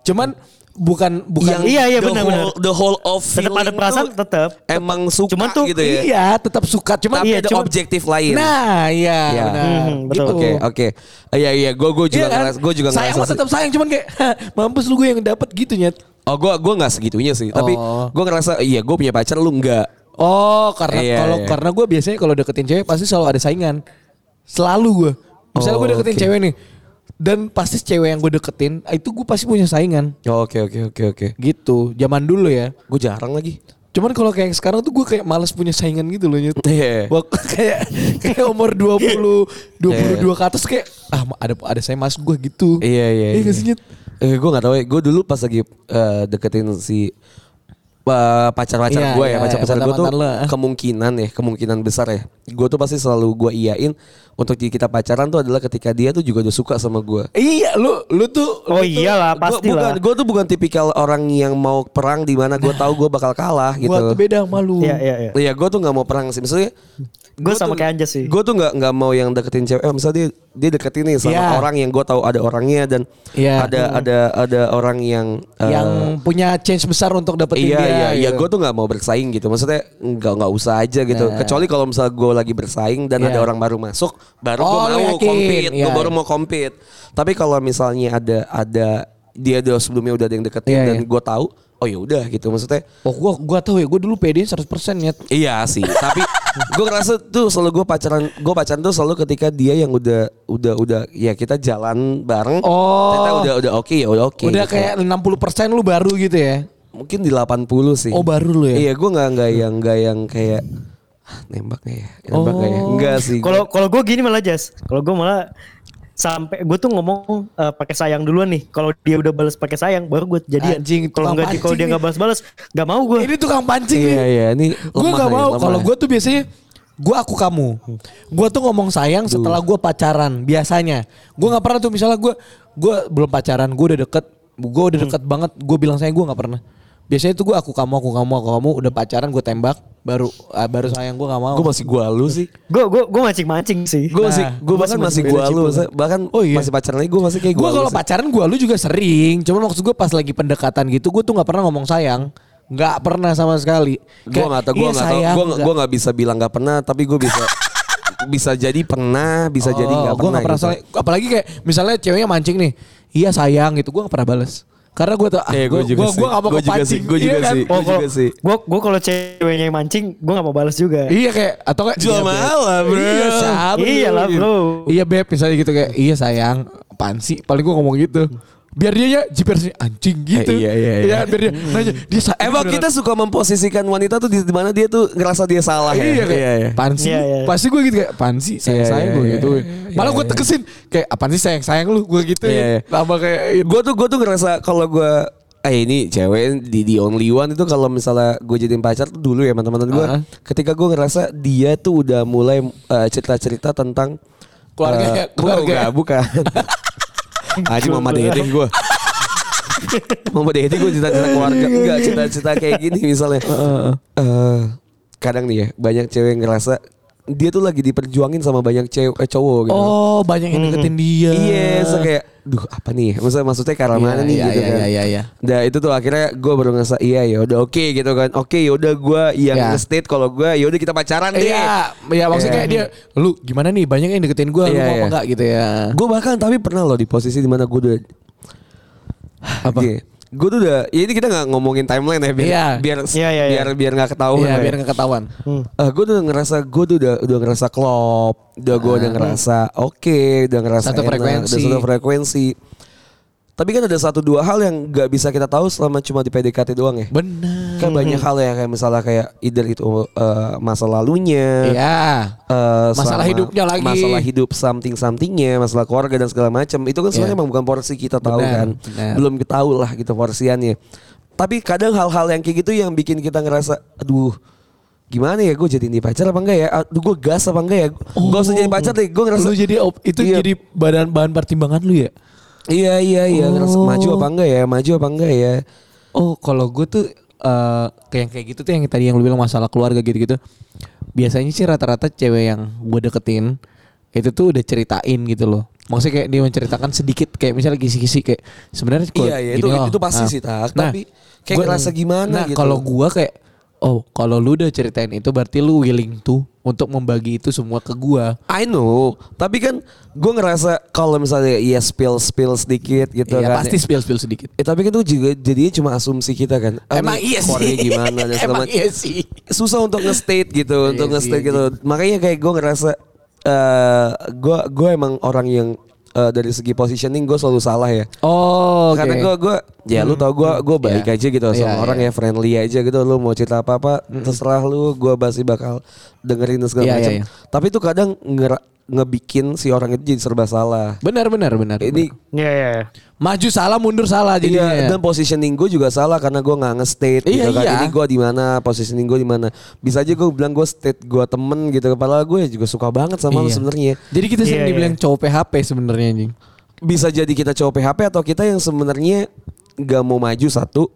[SPEAKER 2] Cuman bukan bukan
[SPEAKER 3] yang
[SPEAKER 4] Iya, iya,
[SPEAKER 3] the
[SPEAKER 4] benar,
[SPEAKER 3] whole- the whole of
[SPEAKER 4] Tetap ada
[SPEAKER 3] feeling
[SPEAKER 4] perasaan,
[SPEAKER 3] tuh
[SPEAKER 4] Oh,
[SPEAKER 3] eh,
[SPEAKER 4] tetap.
[SPEAKER 3] emang suka
[SPEAKER 4] Cuman tuh,
[SPEAKER 3] gitu ya
[SPEAKER 2] iya tetap suka cuman
[SPEAKER 3] tapi
[SPEAKER 4] Iya,
[SPEAKER 3] ada
[SPEAKER 4] cuma-
[SPEAKER 3] objektif lain
[SPEAKER 2] Nah, iya
[SPEAKER 3] Iya.
[SPEAKER 2] benar.
[SPEAKER 4] Mhm, betul.
[SPEAKER 2] Gitu.
[SPEAKER 3] oke oke iya iya gue gue juga
[SPEAKER 2] Iya kan?
[SPEAKER 3] ngerasa gue juga
[SPEAKER 2] sayang
[SPEAKER 3] ngerasa
[SPEAKER 2] mah tetap sayang cuman kayak mampus lu gue yang dapet gitu nyet.
[SPEAKER 3] sih. oh gue gue nggak segitunya sih tapi
[SPEAKER 2] Oh.
[SPEAKER 3] gue ngerasa iya gue punya pacar lu nggak
[SPEAKER 2] Oh, karena
[SPEAKER 3] Iya,
[SPEAKER 2] kalau
[SPEAKER 3] iya.
[SPEAKER 2] karena gue biasanya kalau deketin cewek pasti selalu ada saingan. Selalu gue. Misalnya gue
[SPEAKER 3] Oh,
[SPEAKER 2] deketin
[SPEAKER 3] oke.
[SPEAKER 2] cewek nih dan pasti cewek yang gue deketin itu gue pasti punya saingan
[SPEAKER 3] Oh, oke oke oke oke
[SPEAKER 2] gitu. Zaman dulu ya.
[SPEAKER 3] gue jarang lagi
[SPEAKER 2] Cuman kalau kayak yang sekarang tuh gue kayak males punya saingan gitu loh nyet.
[SPEAKER 3] Iya.
[SPEAKER 2] Waktu <laughs> kayak kayak umur 20 22 ke atas kayak ah ada ada saya masuk gue gitu.
[SPEAKER 3] Iya iya.
[SPEAKER 2] Iya nggak sih, Nyet?
[SPEAKER 3] Eh gue nggak tahu ya. Gue dulu pas lagi eh, deketin si eh,
[SPEAKER 2] Iya,
[SPEAKER 3] pacar-pacar gue
[SPEAKER 2] iya,
[SPEAKER 3] ya, pacar-pacar
[SPEAKER 2] iya,
[SPEAKER 3] gue tuh
[SPEAKER 2] mantan-mantan lo.
[SPEAKER 3] kemungkinan ya, kemungkinan besar ya. Gue tuh pasti selalu gue iyain untuk di- kita pacaran tuh adalah ketika dia tuh juga udah suka sama gue.
[SPEAKER 2] Iya, lu lu tuh
[SPEAKER 4] Oh iyalah,
[SPEAKER 3] Gue
[SPEAKER 4] pastilah.
[SPEAKER 3] bukan, gua tuh bukan tipikal orang yang mau perang di mana gue tahu gue bakal kalah gitu.
[SPEAKER 2] Gua tuh beda sama lu.
[SPEAKER 4] Iya, iya, iya.
[SPEAKER 3] Iya, gue tuh nggak mau perang sih. Maksudnya
[SPEAKER 4] Gue sama kayak Anja sih.
[SPEAKER 3] Gue tuh nggak nggak mau yang deketin cewek. Eh, misalnya dia dia deketin nih sama
[SPEAKER 2] Iya.
[SPEAKER 3] orang yang gue tahu ada orangnya dan
[SPEAKER 2] Iya.
[SPEAKER 3] ada ada ada orang yang eh,
[SPEAKER 2] Yang punya change besar untuk dapetin
[SPEAKER 3] iya
[SPEAKER 2] dia.
[SPEAKER 3] iya iya.
[SPEAKER 2] gitu.
[SPEAKER 3] Gue tuh nggak mau bersaing gitu. Maksudnya nggak nggak usah aja gitu.
[SPEAKER 2] Nah.
[SPEAKER 3] Kecuali kalau misalnya gue lagi bersaing dan
[SPEAKER 2] Iya.
[SPEAKER 3] ada orang baru masuk, baru gue
[SPEAKER 2] Oh, lu
[SPEAKER 3] mau
[SPEAKER 2] yakin.
[SPEAKER 3] compete.
[SPEAKER 2] Iya,
[SPEAKER 3] Gue baru
[SPEAKER 2] iya.
[SPEAKER 3] mau compete. Tapi kalau misalnya ada ada dia udah sebelumnya udah ada yang deketin
[SPEAKER 2] Iya,
[SPEAKER 3] dan
[SPEAKER 2] iya.
[SPEAKER 3] gue tahu, oh ya udah gitu. Maksudnya
[SPEAKER 2] Oh, gua gua tahu ya, gua dulu PD 100% ya.
[SPEAKER 3] Iya sih, tapi <laughs> gue ngerasa tuh selalu gue pacaran, gue pacaran tuh selalu ketika dia yang udah udah udah ya kita jalan bareng,
[SPEAKER 2] Oh.
[SPEAKER 3] ternyata udah udah oke ya udah oke.
[SPEAKER 2] Udah
[SPEAKER 3] gitu.
[SPEAKER 2] kayak 60% lu baru gitu ya.
[SPEAKER 3] mungkin di 80 sih.
[SPEAKER 2] Oh, baru lu ya?
[SPEAKER 3] Iya, gue nggak nggak yang nggak yang kayak "Ah, nembak nggak ya, nembak nggak ya, enggak sih.
[SPEAKER 4] Kalau kalau gue gini malah Jas, kalau gue malah sampai gue tuh ngomong eh, pakai sayang duluan nih. Kalau dia udah balas pakai sayang, baru gue jadian.
[SPEAKER 2] Anjing,
[SPEAKER 4] kalau
[SPEAKER 2] tukang
[SPEAKER 4] nggak di- kalau
[SPEAKER 2] pancing
[SPEAKER 4] dia nggak balas-balas, nggak mau gue.
[SPEAKER 2] Ini tukang pancing
[SPEAKER 3] iya
[SPEAKER 2] nih.
[SPEAKER 3] iya ini
[SPEAKER 2] Gue
[SPEAKER 3] lemah
[SPEAKER 2] gak
[SPEAKER 3] ya,
[SPEAKER 2] mau
[SPEAKER 3] lemah
[SPEAKER 2] kalau
[SPEAKER 3] ya.
[SPEAKER 2] gue tuh biasanya gue aku kamu. Gue tuh ngomong sayang setelah gue pacaran biasanya. Gue nggak pernah tuh
[SPEAKER 3] Hmm.
[SPEAKER 2] misalnya gue gue belum pacaran, gue udah deket, gue udah deket banget, gue bilang sayang gue nggak pernah. biasanya tuh gue aku kamu aku kamu aku kamu udah pacaran gue tembak baru ah, baru sayang gue gak mau.
[SPEAKER 3] Gue masih gua lu sih.
[SPEAKER 4] Gue gue gue mancing-mancing sih.
[SPEAKER 3] Gue
[SPEAKER 2] Nah,
[SPEAKER 3] masih gue
[SPEAKER 2] gua
[SPEAKER 3] bahkan
[SPEAKER 2] masih
[SPEAKER 3] masih
[SPEAKER 2] beda
[SPEAKER 3] gua lu.
[SPEAKER 2] cita,
[SPEAKER 3] saya- Bahkan
[SPEAKER 2] Oh, iya.
[SPEAKER 3] masih pacaran lagi gue masih kayak
[SPEAKER 2] Gue
[SPEAKER 3] gua
[SPEAKER 2] kalau
[SPEAKER 3] lu sih.
[SPEAKER 2] pacaran gue lu juga sering. Cuman maksud gue pas lagi pendekatan gitu gue tuh nggak pernah ngomong sayang. Nggak pernah sama sekali. "Iya,
[SPEAKER 3] Gue nggak tahu, gue nggak tahu, gue gue nggak bisa bilang nggak pernah, tapi gue bisa <laughs> bisa jadi pernah, bisa jadi nggak
[SPEAKER 2] Gue Oh,
[SPEAKER 3] pernah.
[SPEAKER 2] nggak pernah
[SPEAKER 3] gitu.
[SPEAKER 2] soalnya- apalagi kayak misalnya ceweknya mancing nih. Iya sayang gitu. Gue nggak pernah bales. Karena gue tuh ah,
[SPEAKER 3] Eh, gua juga
[SPEAKER 2] gua,
[SPEAKER 3] sih.
[SPEAKER 2] gua nggak mau
[SPEAKER 3] Gua juga
[SPEAKER 2] kepancing.
[SPEAKER 3] sih, gua juga
[SPEAKER 2] iya kan?
[SPEAKER 3] sih.
[SPEAKER 4] Oh,
[SPEAKER 3] Gua juga sih.
[SPEAKER 4] Gue gue kalau ceweknya yang mancing, gue gak mau balas juga.
[SPEAKER 2] Iya kayak atau kayak
[SPEAKER 3] Jual
[SPEAKER 2] iya, Beb.
[SPEAKER 3] mahal lah, bro.
[SPEAKER 2] Iya, sama.
[SPEAKER 4] Iya lah, bro.
[SPEAKER 2] Iya beb misalnya gitu kayak iya sayang, apaan sih? Paling gua ngomong gitu. Biar dia ya jiper sih anjing gitu.
[SPEAKER 3] Eh, iya, iya, iya.
[SPEAKER 2] Ya, biar dia nanya dia sa-
[SPEAKER 3] Emang kita suka memposisikan wanita tuh di di mana dia tuh ngerasa dia salah
[SPEAKER 2] iya,
[SPEAKER 3] ya.
[SPEAKER 2] kayak, "Apaan sih
[SPEAKER 4] Iya,
[SPEAKER 2] lu?"
[SPEAKER 4] iya.
[SPEAKER 2] Pasti gue gitu kayak apaan sih sayang sayang
[SPEAKER 3] iya,
[SPEAKER 2] gue
[SPEAKER 3] iya,
[SPEAKER 2] gitu. Malah gue tekesin kayak apaan sih sayang sayang lu gue gitu.
[SPEAKER 3] Iya, iya.
[SPEAKER 2] Lama kayak itu.
[SPEAKER 3] Gue tuh gue tuh ngerasa kalau gue eh ini cewek di the only one itu kalau misalnya gue jadiin pacar tuh dulu ya teman-teman gue.
[SPEAKER 2] Ah.
[SPEAKER 3] Ketika gue ngerasa dia tuh udah mulai eh, cerita-cerita tentang
[SPEAKER 2] Keluarganya,
[SPEAKER 3] eh, bukan,
[SPEAKER 2] keluarga.
[SPEAKER 3] bukan. <laughs> Aji mama
[SPEAKER 2] <laughs>
[SPEAKER 3] dede gue. mama dede gue cerita-cerita keluarga enggak cerita-cerita kayak gini misalnya. Eh, kadang nih ya banyak cewek ngerasa dia tuh lagi diperjuangin sama banyak cewek eh, cowok gitu.
[SPEAKER 2] Oh banyak yang deketin dia.
[SPEAKER 3] Iya, so kayak, duh apa nih? Maksudnya maksudnya karena
[SPEAKER 2] Iya,
[SPEAKER 3] mana nih
[SPEAKER 2] iya,
[SPEAKER 3] gitu
[SPEAKER 2] iya,
[SPEAKER 3] kan?
[SPEAKER 2] iya, iya.
[SPEAKER 3] Nah itu tuh akhirnya gue baru ngerasa iya ya udah oke gitu kan. Oke ya udah gue yang
[SPEAKER 2] Iya.
[SPEAKER 3] nge-state kalau gue ya udah kita pacaran deh.
[SPEAKER 2] Iya, ya maksudnya kayak dia, lu gimana nih banyak yang deketin gue, lu
[SPEAKER 3] Iya,
[SPEAKER 2] mau apa
[SPEAKER 3] iya.
[SPEAKER 2] enggak gitu ya?
[SPEAKER 3] Gue bahkan tapi pernah loh di posisi dimana gue udah
[SPEAKER 2] Apa?
[SPEAKER 3] iya, Gue tuh udah, ya ini kita nggak ngomongin timeline ya biar
[SPEAKER 2] Iya.
[SPEAKER 3] biar
[SPEAKER 4] Iya, iya, iya.
[SPEAKER 3] biar biar nggak ketahuan.
[SPEAKER 2] Iya,
[SPEAKER 3] lah ya.
[SPEAKER 2] biar nggak ketahuan.
[SPEAKER 3] gue udah ngerasa gue Eh, tuh udah udah ngerasa klop, udah gue udah ngerasa oke, udah ngerasa
[SPEAKER 2] Ah. Satu
[SPEAKER 3] enak,
[SPEAKER 2] frekuensi.
[SPEAKER 3] udah satu frekuensi. Tapi kan ada satu dua hal yang nggak bisa kita tahu selama cuma di PDKT doang ya.
[SPEAKER 2] Benar.
[SPEAKER 3] Kan banyak hal ya kayak misalnya kayak either itu eh, masa lalunya,
[SPEAKER 2] Iya.
[SPEAKER 3] eh,
[SPEAKER 2] Masalah hidupnya lagi.
[SPEAKER 3] masalah hidup something somethingnya, masalah keluarga dan segala macam. Itu kan sebenarnya
[SPEAKER 2] Iya.
[SPEAKER 3] emang bukan porsi kita tahu
[SPEAKER 2] Benar,
[SPEAKER 3] kan,
[SPEAKER 2] benar.
[SPEAKER 3] belum ketahu lah gitu porsiannya. Tapi kadang hal-hal yang kayak gitu yang bikin kita ngerasa, aduh gimana ya gue jadi ini pacar apa enggak ya? Aduh gue gas apa enggak ya? Gak usah jadi pacar deh, gue ngerasa
[SPEAKER 2] Oh. Lu jadi op- itu
[SPEAKER 3] Iya.
[SPEAKER 2] jadi badan bahan pertimbangan lu ya?
[SPEAKER 3] iya iya iya ngerasa
[SPEAKER 2] Oh.
[SPEAKER 3] maju apa enggak ya, maju apa enggak ya?
[SPEAKER 2] Oh, kalau gue tuh eh, kayak yang kayak gitu tuh yang tadi yang lu bilang masalah keluarga gitu-gitu. Biasanya sih rata-rata cewek yang gue deketin itu tuh udah ceritain gitu loh. Maksudnya kayak dia menceritakan sedikit kayak misalnya kisi-kisi kayak sebenarnya kok oh,
[SPEAKER 3] Iya, iya, itu-
[SPEAKER 2] loh.
[SPEAKER 3] itu pasti sih, Tak. Tapi kayak ngerasa gimana
[SPEAKER 2] nah,
[SPEAKER 3] gitu.
[SPEAKER 2] kalau gua kayak oh, kalau lu udah ceritain itu berarti lu willing tuh untuk membagi itu semua ke gua.
[SPEAKER 3] I know, tapi kan gue ngerasa kalau misalnya ya spill spill sedikit gitu
[SPEAKER 2] Iya,
[SPEAKER 3] kan.
[SPEAKER 2] pasti spill-spill sedikit.
[SPEAKER 3] Eh tapi kan itu juga jadinya cuma asumsi kita kan. Ah,
[SPEAKER 2] Emang
[SPEAKER 3] ini
[SPEAKER 2] iya sih.
[SPEAKER 3] keluarganya gimana
[SPEAKER 2] <laughs>
[SPEAKER 3] dan segala
[SPEAKER 2] Emang
[SPEAKER 3] macam.
[SPEAKER 2] iya sih.
[SPEAKER 3] Susah untuk nge-state gitu,
[SPEAKER 2] Iya
[SPEAKER 3] untuk
[SPEAKER 2] sih,
[SPEAKER 3] nge-state
[SPEAKER 2] iya
[SPEAKER 3] gitu. Makanya kayak gue ngerasa eh gue gue emang orang yang eh, dari segi positioning gue selalu salah ya.
[SPEAKER 2] Oh, Hmm.
[SPEAKER 3] Karena gue gue ya lu tau gue gue baik
[SPEAKER 2] Iya.
[SPEAKER 3] aja gitu sama
[SPEAKER 2] Iya,
[SPEAKER 3] orang
[SPEAKER 2] iya. Hmm.
[SPEAKER 3] ya friendly aja gitu lu mau cerita apa apa terserah lu gue pasti bakal dengerin dan segala
[SPEAKER 2] Iya, iya,
[SPEAKER 3] macam.
[SPEAKER 2] iya.
[SPEAKER 3] Tapi itu kadang ngera- ngebikin si orang itu jadi serba salah.
[SPEAKER 2] benar benar benar.
[SPEAKER 3] Ini
[SPEAKER 4] Iya iya. iya.
[SPEAKER 2] Maju salah mundur salah jadinya.
[SPEAKER 3] Iya, dan positioning gue juga salah karena gue nggak nge-state
[SPEAKER 2] Iya,
[SPEAKER 3] gitu kan.
[SPEAKER 2] iya.
[SPEAKER 3] Ini gue di mana, positioning gue di mana. Bisa aja gue bilang gue state gue temen gitu. Kepala gue juga suka banget sama lu
[SPEAKER 2] Iya.
[SPEAKER 3] sebenarnya.
[SPEAKER 2] Jadi kita sering
[SPEAKER 4] Iya, iya.
[SPEAKER 2] dibilang cowok PHP sebenarnya anjing.
[SPEAKER 3] Bisa jadi kita cowok PHP atau kita yang sebenarnya nggak mau maju satu,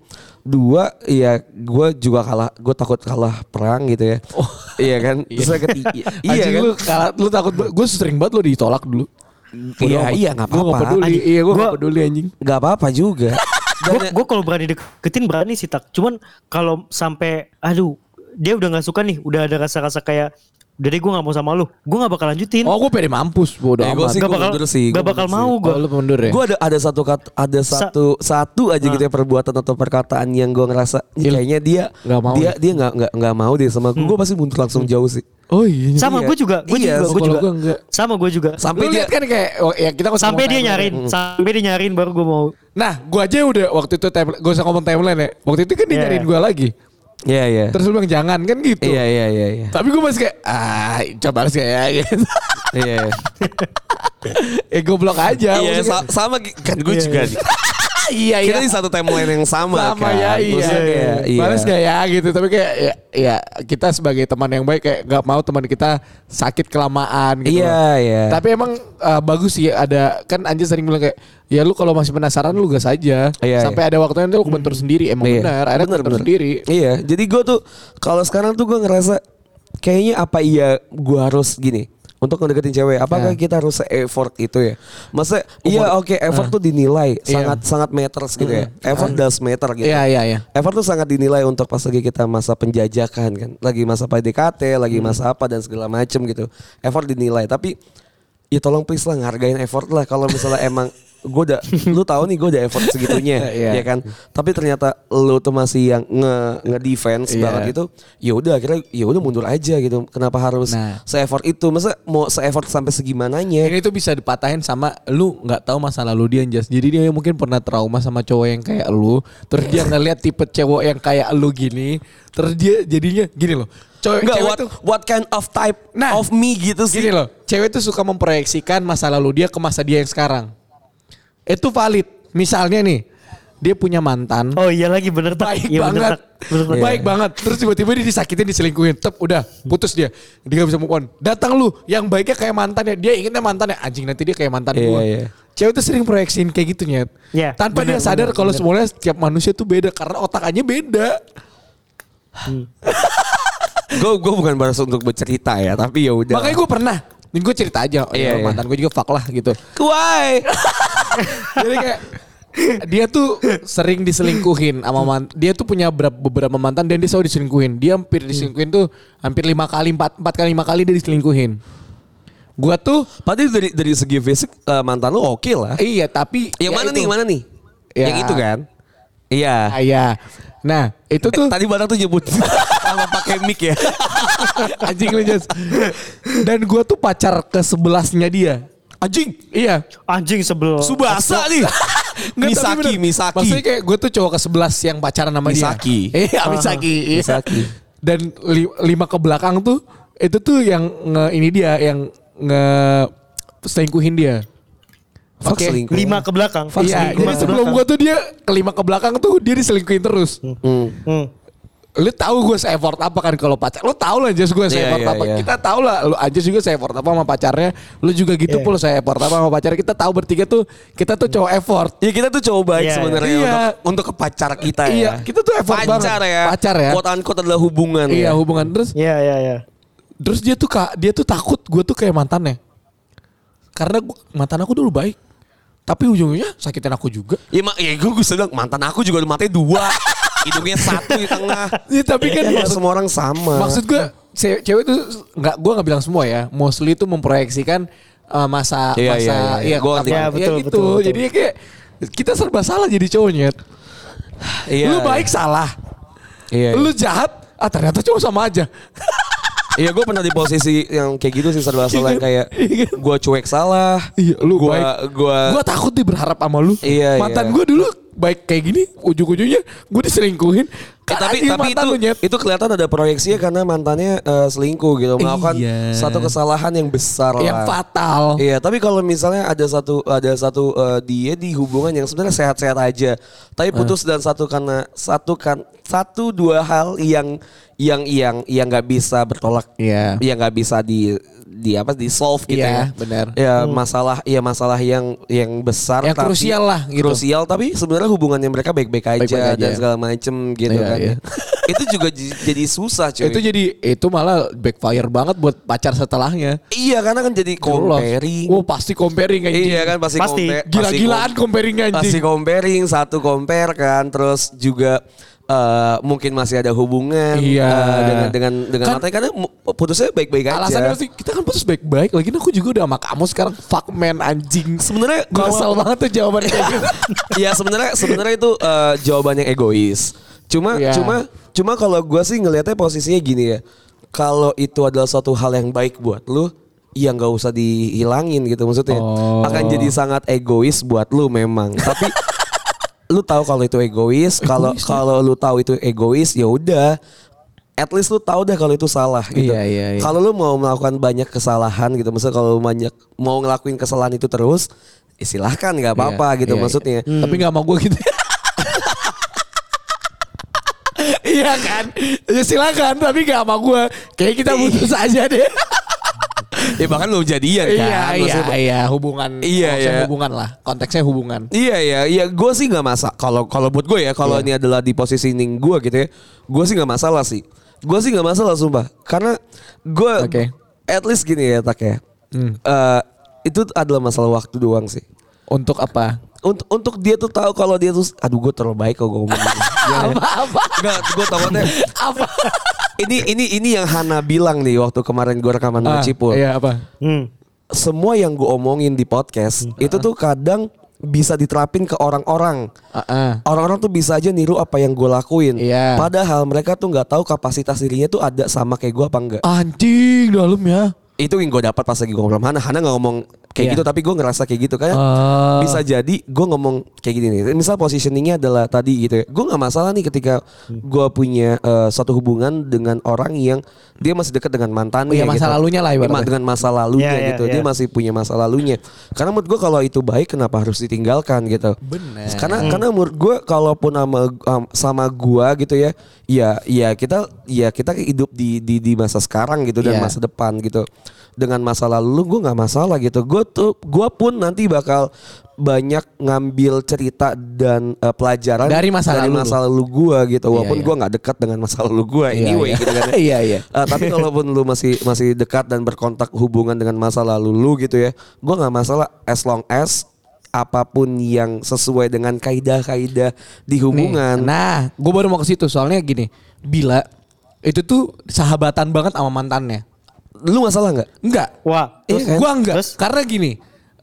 [SPEAKER 3] dua ya gue juga kalah. Gue takut kalah perang gitu ya. Oh. Iya kan. Terus yang ketiga, iya
[SPEAKER 2] <laughs> Anjing,
[SPEAKER 3] kan.
[SPEAKER 2] Lu, kalah- lu takut gue sering banget lu ditolak dulu.
[SPEAKER 3] Iya,
[SPEAKER 2] Bodoh amat.
[SPEAKER 3] iya, nggak
[SPEAKER 2] Gua
[SPEAKER 3] apa-apa.
[SPEAKER 2] peduli.
[SPEAKER 3] Anjing,
[SPEAKER 2] iya, gue gak
[SPEAKER 4] gua-
[SPEAKER 2] peduli anjing.
[SPEAKER 3] Gak apa-apa juga.
[SPEAKER 4] Gue gue kalau berani deketin berani sih tak. Cuman kalau sampai aduh dia udah nggak suka nih, udah ada rasa-rasa kayak udah deh gue nggak mau sama lu, gue nggak bakal lanjutin.
[SPEAKER 2] Oh, gue pede mampus bodoh
[SPEAKER 3] Eh, gua
[SPEAKER 2] amat.
[SPEAKER 3] sih-
[SPEAKER 4] Nggak
[SPEAKER 3] gua
[SPEAKER 4] bakal,
[SPEAKER 3] mundur sih,
[SPEAKER 4] nggak
[SPEAKER 3] gua
[SPEAKER 4] bakal
[SPEAKER 3] mundur
[SPEAKER 4] mau
[SPEAKER 3] sih.
[SPEAKER 4] gue.
[SPEAKER 2] Oh, lu mundur ya?
[SPEAKER 3] Gue ada ada satu kata ada
[SPEAKER 4] Sa-
[SPEAKER 3] satu satu aja gitu ya perbuatan atau perkataan yang gue ngerasa "Ih,
[SPEAKER 2] Il-
[SPEAKER 3] kayaknya dia
[SPEAKER 2] Nggak mau
[SPEAKER 3] dia dia nggak nggak nggak mau deh sama gue. Gue pasti mundur langsung jauh sih.
[SPEAKER 2] Oh iya.
[SPEAKER 4] Sama
[SPEAKER 3] Iya.
[SPEAKER 4] gue juga, gue
[SPEAKER 3] Iya,
[SPEAKER 4] juga, gue
[SPEAKER 2] Kalau
[SPEAKER 4] juga.
[SPEAKER 2] gua enggak.
[SPEAKER 4] Sama gue juga.
[SPEAKER 2] Sampai
[SPEAKER 3] Sampai
[SPEAKER 2] lu
[SPEAKER 3] dia
[SPEAKER 2] lihat kan kayak oh, ya kita nggak usah
[SPEAKER 4] Sampai
[SPEAKER 2] ngomong
[SPEAKER 4] dia
[SPEAKER 2] timeline.
[SPEAKER 4] nyariin, sampai dia nyariin baru gue mau.
[SPEAKER 2] Nah, gue aja udah waktu itu timeline, gue usah ngomong timeline ya. Waktu itu kan dia
[SPEAKER 4] Iya.
[SPEAKER 2] nyariin gue lagi.
[SPEAKER 3] Iya iya.
[SPEAKER 2] Terus lu bilang jangan kan gitu.
[SPEAKER 3] Iya iya iya iya.
[SPEAKER 2] Tapi gue masih kayak ah coba harus
[SPEAKER 3] <laughs>
[SPEAKER 2] kayak gitu.
[SPEAKER 3] Iya. iya.
[SPEAKER 2] eh goblok aja. Maksudnya
[SPEAKER 3] Iya sa- sama gi- kan gue
[SPEAKER 4] Iya,
[SPEAKER 3] juga
[SPEAKER 4] iya.
[SPEAKER 3] nih.
[SPEAKER 2] iya
[SPEAKER 3] Kita di satu timeline yang sama,
[SPEAKER 2] sama
[SPEAKER 3] kan.
[SPEAKER 2] ya iya,
[SPEAKER 3] Maksudnya
[SPEAKER 2] iya.
[SPEAKER 3] kayak, iya.
[SPEAKER 2] Balas gak ya gitu tapi kayak ya, ya, kita sebagai teman yang baik kayak gak mau teman kita sakit kelamaan gitu
[SPEAKER 3] Iya,
[SPEAKER 2] loh.
[SPEAKER 3] iya.
[SPEAKER 2] tapi emang eh, bagus sih ada kan Anja sering bilang kayak ya lu kalau masih penasaran lu gas aja
[SPEAKER 3] Iya,
[SPEAKER 2] sampai ada waktunya nanti lu kebentur sendiri emang
[SPEAKER 3] Iya.
[SPEAKER 2] benar ada kebentur sendiri
[SPEAKER 3] Iya, jadi gue tuh kalau sekarang tuh gue ngerasa kayaknya apa iya gue harus gini untuk ngedeketin cewek. Apakah
[SPEAKER 2] Iya.
[SPEAKER 3] kita harus effort itu ya? Masa iya oke
[SPEAKER 2] Ah.
[SPEAKER 3] effort tuh dinilai sangat sangat matters gitu ya. Effort does matter gitu.
[SPEAKER 2] Mm-hmm. Iya, iya, iya.
[SPEAKER 3] Effort tuh sangat dinilai untuk pas lagi kita masa penjajakan kan, lagi masa PDKT, lagi
[SPEAKER 2] Hmm.
[SPEAKER 3] masa apa dan segala macem gitu. Effort dinilai, tapi ya tolong please lah ngehargain effort lah kalau misalnya
[SPEAKER 2] <laughs>
[SPEAKER 3] emang gue udah lu tahu nih gue udah effort segitunya
[SPEAKER 2] Iya.
[SPEAKER 3] ya kan tapi ternyata lu tuh masih yang nge nge defense
[SPEAKER 2] Iya.
[SPEAKER 3] banget itu ya udah akhirnya ya udah mundur aja gitu kenapa harus
[SPEAKER 2] Nah. Iya,
[SPEAKER 3] se effort itu masa mau se effort sampai segimananya
[SPEAKER 2] ini tuh bisa dipatahin sama lu nggak tahu masa lalu dia Anjas jadi dia mungkin pernah trauma sama cowok yang kayak lu terus dia ngeliat tipe cowok yang kayak lu gini terus dia jadinya gini loh cowok
[SPEAKER 3] Enggak,
[SPEAKER 2] cewek
[SPEAKER 3] what,
[SPEAKER 2] tuh-
[SPEAKER 3] what kind of type
[SPEAKER 2] Nah.
[SPEAKER 3] of me gitu sih
[SPEAKER 2] Gini loh, cewek tuh suka memproyeksikan masa lalu dia ke masa dia yang sekarang. Itu valid. Misalnya nih, dia punya mantan.
[SPEAKER 4] Oh iya lagi bener tak.
[SPEAKER 2] Baik
[SPEAKER 4] Iya, bener,
[SPEAKER 2] banget.
[SPEAKER 4] tak. Bener, Iya. tak.
[SPEAKER 2] Baik banget. Terus tiba-tiba dia disakitin, diselingkuhin. Tep, udah, putus dia. Dia gak bisa move on. Datang lu, yang baiknya kayak mantannya. Dia inginnya mantannya. Anjing, nanti dia kayak mantan
[SPEAKER 3] Iya,
[SPEAKER 2] gua.
[SPEAKER 3] iya.
[SPEAKER 2] Cewek tuh sering proyeksiin kayak gitu, Nyet.
[SPEAKER 4] Iya,
[SPEAKER 2] Tanpa
[SPEAKER 4] bener,
[SPEAKER 2] dia sadar
[SPEAKER 4] bener,
[SPEAKER 2] kalau
[SPEAKER 4] bener.
[SPEAKER 2] semuanya setiap manusia tuh beda. Karena otakannya beda.
[SPEAKER 3] gue gue bukan balas untuk bercerita ya tapi ya
[SPEAKER 4] Iya.
[SPEAKER 3] udah
[SPEAKER 2] Makanya gue pernah. Ini gue cerita aja. Oh, ya,
[SPEAKER 3] Iya, iya.
[SPEAKER 2] Mantan gue juga fuck lah gitu. <laughs>
[SPEAKER 3] why
[SPEAKER 2] Jadi kayak dia tuh sering diselingkuhin sama mantan. Dia tuh punya berap- beberapa mantan dan dia selalu diselingkuhin. Dia hampir diselingkuhin tuh hampir lima kali, empat, empat kali, lima kali dia diselingkuhin. Gua tuh
[SPEAKER 3] padahal dari dari segi fisik eh, mantan lu oke lah
[SPEAKER 2] iya tapi
[SPEAKER 3] yang mana nih yang mana nih
[SPEAKER 2] Ya.
[SPEAKER 3] yang itu kan iya
[SPEAKER 2] Iya. Nah itu
[SPEAKER 3] Eh,
[SPEAKER 2] tuh
[SPEAKER 3] tadi Batak tuh nyebut sama pakai mic ya.
[SPEAKER 2] <laughs> anjing lu, Jas. Dan gua tuh pacar ke sebelasnya dia. Anjing. Iya.
[SPEAKER 4] Anjing sebel.
[SPEAKER 3] Subasa
[SPEAKER 2] <laughs>
[SPEAKER 3] nih.
[SPEAKER 2] Nggak, tapi
[SPEAKER 3] Misaki,
[SPEAKER 2] bener.
[SPEAKER 3] Misaki.
[SPEAKER 2] Maksudnya kayak gue tuh cowok ke sebelas yang pacaran sama
[SPEAKER 3] Misaki. Ah,
[SPEAKER 2] dia. <laughs> Iya, Misaki. Iya.
[SPEAKER 3] Misaki.
[SPEAKER 2] Dan li- lima ke belakang tuh itu tuh yang nge ini dia yang nge selingkuhin dia.
[SPEAKER 3] Fuck
[SPEAKER 2] Oke.
[SPEAKER 3] selingkuh.
[SPEAKER 4] Lima ke belakang.
[SPEAKER 3] Fuck
[SPEAKER 2] Iya,
[SPEAKER 3] selingkuh.
[SPEAKER 2] jadi sebelum gue tuh dia kelima ke belakang tuh dia diselingkuhin terus.
[SPEAKER 3] Hmm.
[SPEAKER 4] Hmm.
[SPEAKER 2] Lu tahu gue se-effort apa kan kalau pacar. Lu tahu lah Anjas gue se-effort
[SPEAKER 3] iya,
[SPEAKER 2] apa.
[SPEAKER 3] iya.
[SPEAKER 2] Kita tahu lah lu Anjas juga se-effort apa sama pacarnya. Lu juga gitu
[SPEAKER 4] Iya.
[SPEAKER 2] pula se-effort apa sama pacarnya. Kita tahu bertiga tuh kita tuh cowok effort.
[SPEAKER 3] Ya kita tuh cowok baik
[SPEAKER 4] Iya,
[SPEAKER 3] sebenarnya
[SPEAKER 2] iya.
[SPEAKER 3] untuk untuk ke pacar kita ya.
[SPEAKER 2] Iya, kita tuh effort
[SPEAKER 3] pacar
[SPEAKER 2] banget.
[SPEAKER 3] ya.
[SPEAKER 2] Pacar ya.
[SPEAKER 3] Quote unquote adalah hubungan
[SPEAKER 2] Iya
[SPEAKER 3] ya.
[SPEAKER 2] hubungan terus
[SPEAKER 4] Iya iya iya.
[SPEAKER 2] terus dia tuh kak dia tuh takut gue tuh kayak mantannya karena gua, mantan aku dulu baik tapi ujungnya sakitin aku juga
[SPEAKER 3] Ya, mak, ya gue, gue bilang mantan aku juga udah matanya dua. Hidungnya satu di tengah.
[SPEAKER 2] Iya tapi kan
[SPEAKER 3] Nggak
[SPEAKER 2] maksud,
[SPEAKER 3] semua orang sama.
[SPEAKER 2] maksud gue cewek, cewek tuh nggak gue nggak bilang semua ya mostly tuh memproyeksikan eh, masa
[SPEAKER 3] Iya,
[SPEAKER 2] masa
[SPEAKER 3] iya, iya, iya. Gua ngerti.
[SPEAKER 2] apa-
[SPEAKER 4] Iya,
[SPEAKER 2] ya
[SPEAKER 4] betul,
[SPEAKER 2] gitu
[SPEAKER 4] betul, betul.
[SPEAKER 2] jadi kayak kita serba salah jadi cowoknya
[SPEAKER 3] Iya,
[SPEAKER 2] lu baik salah
[SPEAKER 3] Iya.
[SPEAKER 2] lu jahat ah ternyata cuma sama aja
[SPEAKER 3] Iya gue pernah di posisi yang kayak gitu sih serba salah yang kayak
[SPEAKER 2] Iya kan?
[SPEAKER 3] gue cuek salah.
[SPEAKER 2] Iya, lu
[SPEAKER 3] gua,
[SPEAKER 2] baik.
[SPEAKER 3] Gua
[SPEAKER 2] gue takut nih berharap sama lu.
[SPEAKER 3] Eh, Iya,
[SPEAKER 2] Mantan
[SPEAKER 3] iya.
[SPEAKER 2] gue dulu baik kayak gini, ujung-ujungnya gue diselingkuhin.
[SPEAKER 3] Eh, tapi
[SPEAKER 2] Anjing,
[SPEAKER 3] tapi
[SPEAKER 2] mantan
[SPEAKER 3] itu
[SPEAKER 2] lu, Nyet.
[SPEAKER 3] itu kelihatan ada proyeksinya karena mantannya eh, selingkuh gitu melakukan
[SPEAKER 2] Iya.
[SPEAKER 3] satu kesalahan yang besar lah.
[SPEAKER 2] yang fatal.
[SPEAKER 3] Iya, tapi kalau misalnya ada satu ada satu eh, dia di hubungan yang sebenarnya sehat-sehat
[SPEAKER 2] Eh.
[SPEAKER 3] aja, tapi putus dan satu karena satu kan satu dua hal yang yang yang yang nggak bisa bertolak,
[SPEAKER 2] Iya.
[SPEAKER 3] yang nggak bisa di di apa di solve gitu
[SPEAKER 2] Iya,
[SPEAKER 3] ya.
[SPEAKER 2] benar.
[SPEAKER 3] Ya masalah ya masalah yang yang besar
[SPEAKER 2] Yang krusial lah gitu.
[SPEAKER 3] Krusial tapi sebenarnya hubungannya mereka baik-baik aja,
[SPEAKER 2] Baik-baik aja.
[SPEAKER 3] dan segala macem gitu
[SPEAKER 2] Iya,
[SPEAKER 3] kan.
[SPEAKER 2] iya.
[SPEAKER 3] <laughs> Itu juga j- jadi susah cuy.
[SPEAKER 2] Itu jadi itu malah backfire banget buat pacar setelahnya.
[SPEAKER 3] iya karena kan jadi
[SPEAKER 2] Lolos.
[SPEAKER 3] comparing.
[SPEAKER 2] Oh pasti comparing kayak
[SPEAKER 3] Iya kan pasti,
[SPEAKER 4] Pasti.
[SPEAKER 3] compa- pasti
[SPEAKER 2] Gila-gilaan
[SPEAKER 3] com-
[SPEAKER 2] comparingnya
[SPEAKER 3] Pasti
[SPEAKER 2] anjing.
[SPEAKER 3] comparing satu compare kan terus juga eh, mungkin masih ada hubungan
[SPEAKER 2] Iya.
[SPEAKER 3] eh, dengan dengan dengan
[SPEAKER 2] Kan-
[SPEAKER 3] mantan karena mu- putusnya baik-baik aja.
[SPEAKER 2] Alasannya pasti kita kan putus baik-baik lagi aku juga udah sama kamu sekarang fuck man anjing.
[SPEAKER 3] sebenarnya
[SPEAKER 2] Gue
[SPEAKER 3] kalau-
[SPEAKER 2] kesel banget tuh jawabannya kayak gitu. <laughs>
[SPEAKER 3] ya sebenarnya sebenarnya itu eh, jawaban yang egois. Cuma
[SPEAKER 2] Iya.
[SPEAKER 3] cuma cuma kalau gue sih ngelihatnya posisinya gini ya. Kalau itu adalah suatu hal yang baik buat lu, ya nggak usah dihilangin gitu maksudnya.
[SPEAKER 2] Oh.
[SPEAKER 3] Akan jadi sangat egois buat lu memang. Tapi <laughs> lu tahu kalau itu egois, kalau kalau lu tahu itu egois ya udah at least lu tahu deh kalau itu salah gitu.
[SPEAKER 2] Iya, iya, iya.
[SPEAKER 3] Kalau lu mau melakukan banyak kesalahan gitu, maksudnya kalau lu banyak mau ngelakuin kesalahan itu terus ya silahkan nggak apa-apa
[SPEAKER 2] Iya,
[SPEAKER 3] gitu
[SPEAKER 2] iya,
[SPEAKER 3] maksudnya.
[SPEAKER 2] iya. Tapi nggak mau gue gitu. <laughs> iya kan? Ya silakan, tapi nggak sama gue. Kayak kita
[SPEAKER 3] Iya.
[SPEAKER 2] putus aja deh.
[SPEAKER 3] <laughs> Ya bahkan lo jadian kan.
[SPEAKER 2] iya, iya,
[SPEAKER 3] maksudnya.
[SPEAKER 2] iya, hubungan.
[SPEAKER 3] Iya,
[SPEAKER 2] maksudnya
[SPEAKER 3] iya.
[SPEAKER 2] Hubungan lah. Konteksnya hubungan.
[SPEAKER 3] Iya ya, iya gue sih nggak masalah. Kalau kalau buat gue ya,
[SPEAKER 2] Iya.
[SPEAKER 3] kalau ini adalah di positioning gue gitu ya, gue sih nggak masalah sih. Gue sih nggak masalah sumpah, karena gue
[SPEAKER 2] Oke. Hmm.
[SPEAKER 3] at least gini ya tak ya. Eh, itu adalah masalah waktu doang sih.
[SPEAKER 2] Untuk apa?
[SPEAKER 3] Untuk untuk dia tuh tahu kalau dia tuh, aduh gue terlalu baik kalau gue ngomong.
[SPEAKER 2] <laughs> Apa-apa?
[SPEAKER 3] Enggak, gue takutnya
[SPEAKER 2] Apa?
[SPEAKER 3] <laughs> ini ini ini yang Hana bilang nih waktu kemarin gue rekaman sama
[SPEAKER 2] Ah,
[SPEAKER 3] Cipul.
[SPEAKER 2] Iya, apa?
[SPEAKER 4] Hmm.
[SPEAKER 3] Semua yang gue omongin di podcast
[SPEAKER 2] Hmm.
[SPEAKER 3] itu tuh kadang bisa diterapin ke orang-orang.
[SPEAKER 2] Ah, ah.
[SPEAKER 3] Orang-orang tuh bisa aja niru apa yang gue lakuin.
[SPEAKER 2] Iya.
[SPEAKER 3] Padahal mereka tuh nggak tahu kapasitas dirinya tuh ada sama kayak gue apa
[SPEAKER 2] Oh.
[SPEAKER 3] enggak.
[SPEAKER 2] Anjing dalam ya.
[SPEAKER 3] Itu yang gue dapat pas lagi gue ngobrol sama Hana. Hana nggak ngomong
[SPEAKER 2] Iya.
[SPEAKER 3] kayak gitu tapi gue ngerasa kayak gitu kayak
[SPEAKER 2] Ah.
[SPEAKER 3] bisa jadi gue ngomong kayak gini nih. Misal positioningnya adalah tadi gitu. ya. Gue nggak masalah nih ketika
[SPEAKER 2] Hmm.
[SPEAKER 3] gue punya eh, suatu hubungan dengan orang yang dia masih dekat dengan mantannya.
[SPEAKER 2] Oh iya, masa
[SPEAKER 3] gitu.
[SPEAKER 2] lalunya lah ibaratnya.
[SPEAKER 3] Emang dengan masa lalunya
[SPEAKER 4] Iya, iya,
[SPEAKER 3] gitu. Dia
[SPEAKER 4] iya.
[SPEAKER 3] masih punya masa lalunya. Karena menurut gue kalau itu baik kenapa harus ditinggalkan gitu.
[SPEAKER 2] Bener.
[SPEAKER 3] Karena karena menurut gue kalaupun sama am- sama gua gitu ya, ya ya kita ya kita hidup di di di masa sekarang gitu dan
[SPEAKER 2] Iya.
[SPEAKER 3] masa depan gitu. Dengan masa lalu gue nggak masalah gitu. Gue tuh gua pun nanti bakal banyak ngambil cerita dan eh, pelajaran
[SPEAKER 2] Dari masa lalu lu.
[SPEAKER 3] masa lalu gua gitu. Walaupun
[SPEAKER 2] iya.
[SPEAKER 3] gua nggak dekat dengan masa lalu gua
[SPEAKER 2] Iya,
[SPEAKER 3] anyway
[SPEAKER 2] iya.
[SPEAKER 3] gitu kan.
[SPEAKER 2] <laughs> Iya, iya.
[SPEAKER 3] Eh, <laughs> tapi kalaupun lu masih masih dekat dan berkontak hubungan dengan masa lalu lu gitu ya, gua nggak masalah as long as apapun yang sesuai dengan kaidah-kaidah di
[SPEAKER 2] Nih,
[SPEAKER 3] hubungan.
[SPEAKER 2] Nah, gue baru mau ke situ soalnya gini, bila itu tuh sahabatan banget sama mantannya.
[SPEAKER 3] Lu masalah nggak?
[SPEAKER 2] Enggak.
[SPEAKER 4] Wah,
[SPEAKER 2] Eh,
[SPEAKER 4] terus kan?
[SPEAKER 2] gua enggak.
[SPEAKER 4] Terus?
[SPEAKER 2] Karena gini,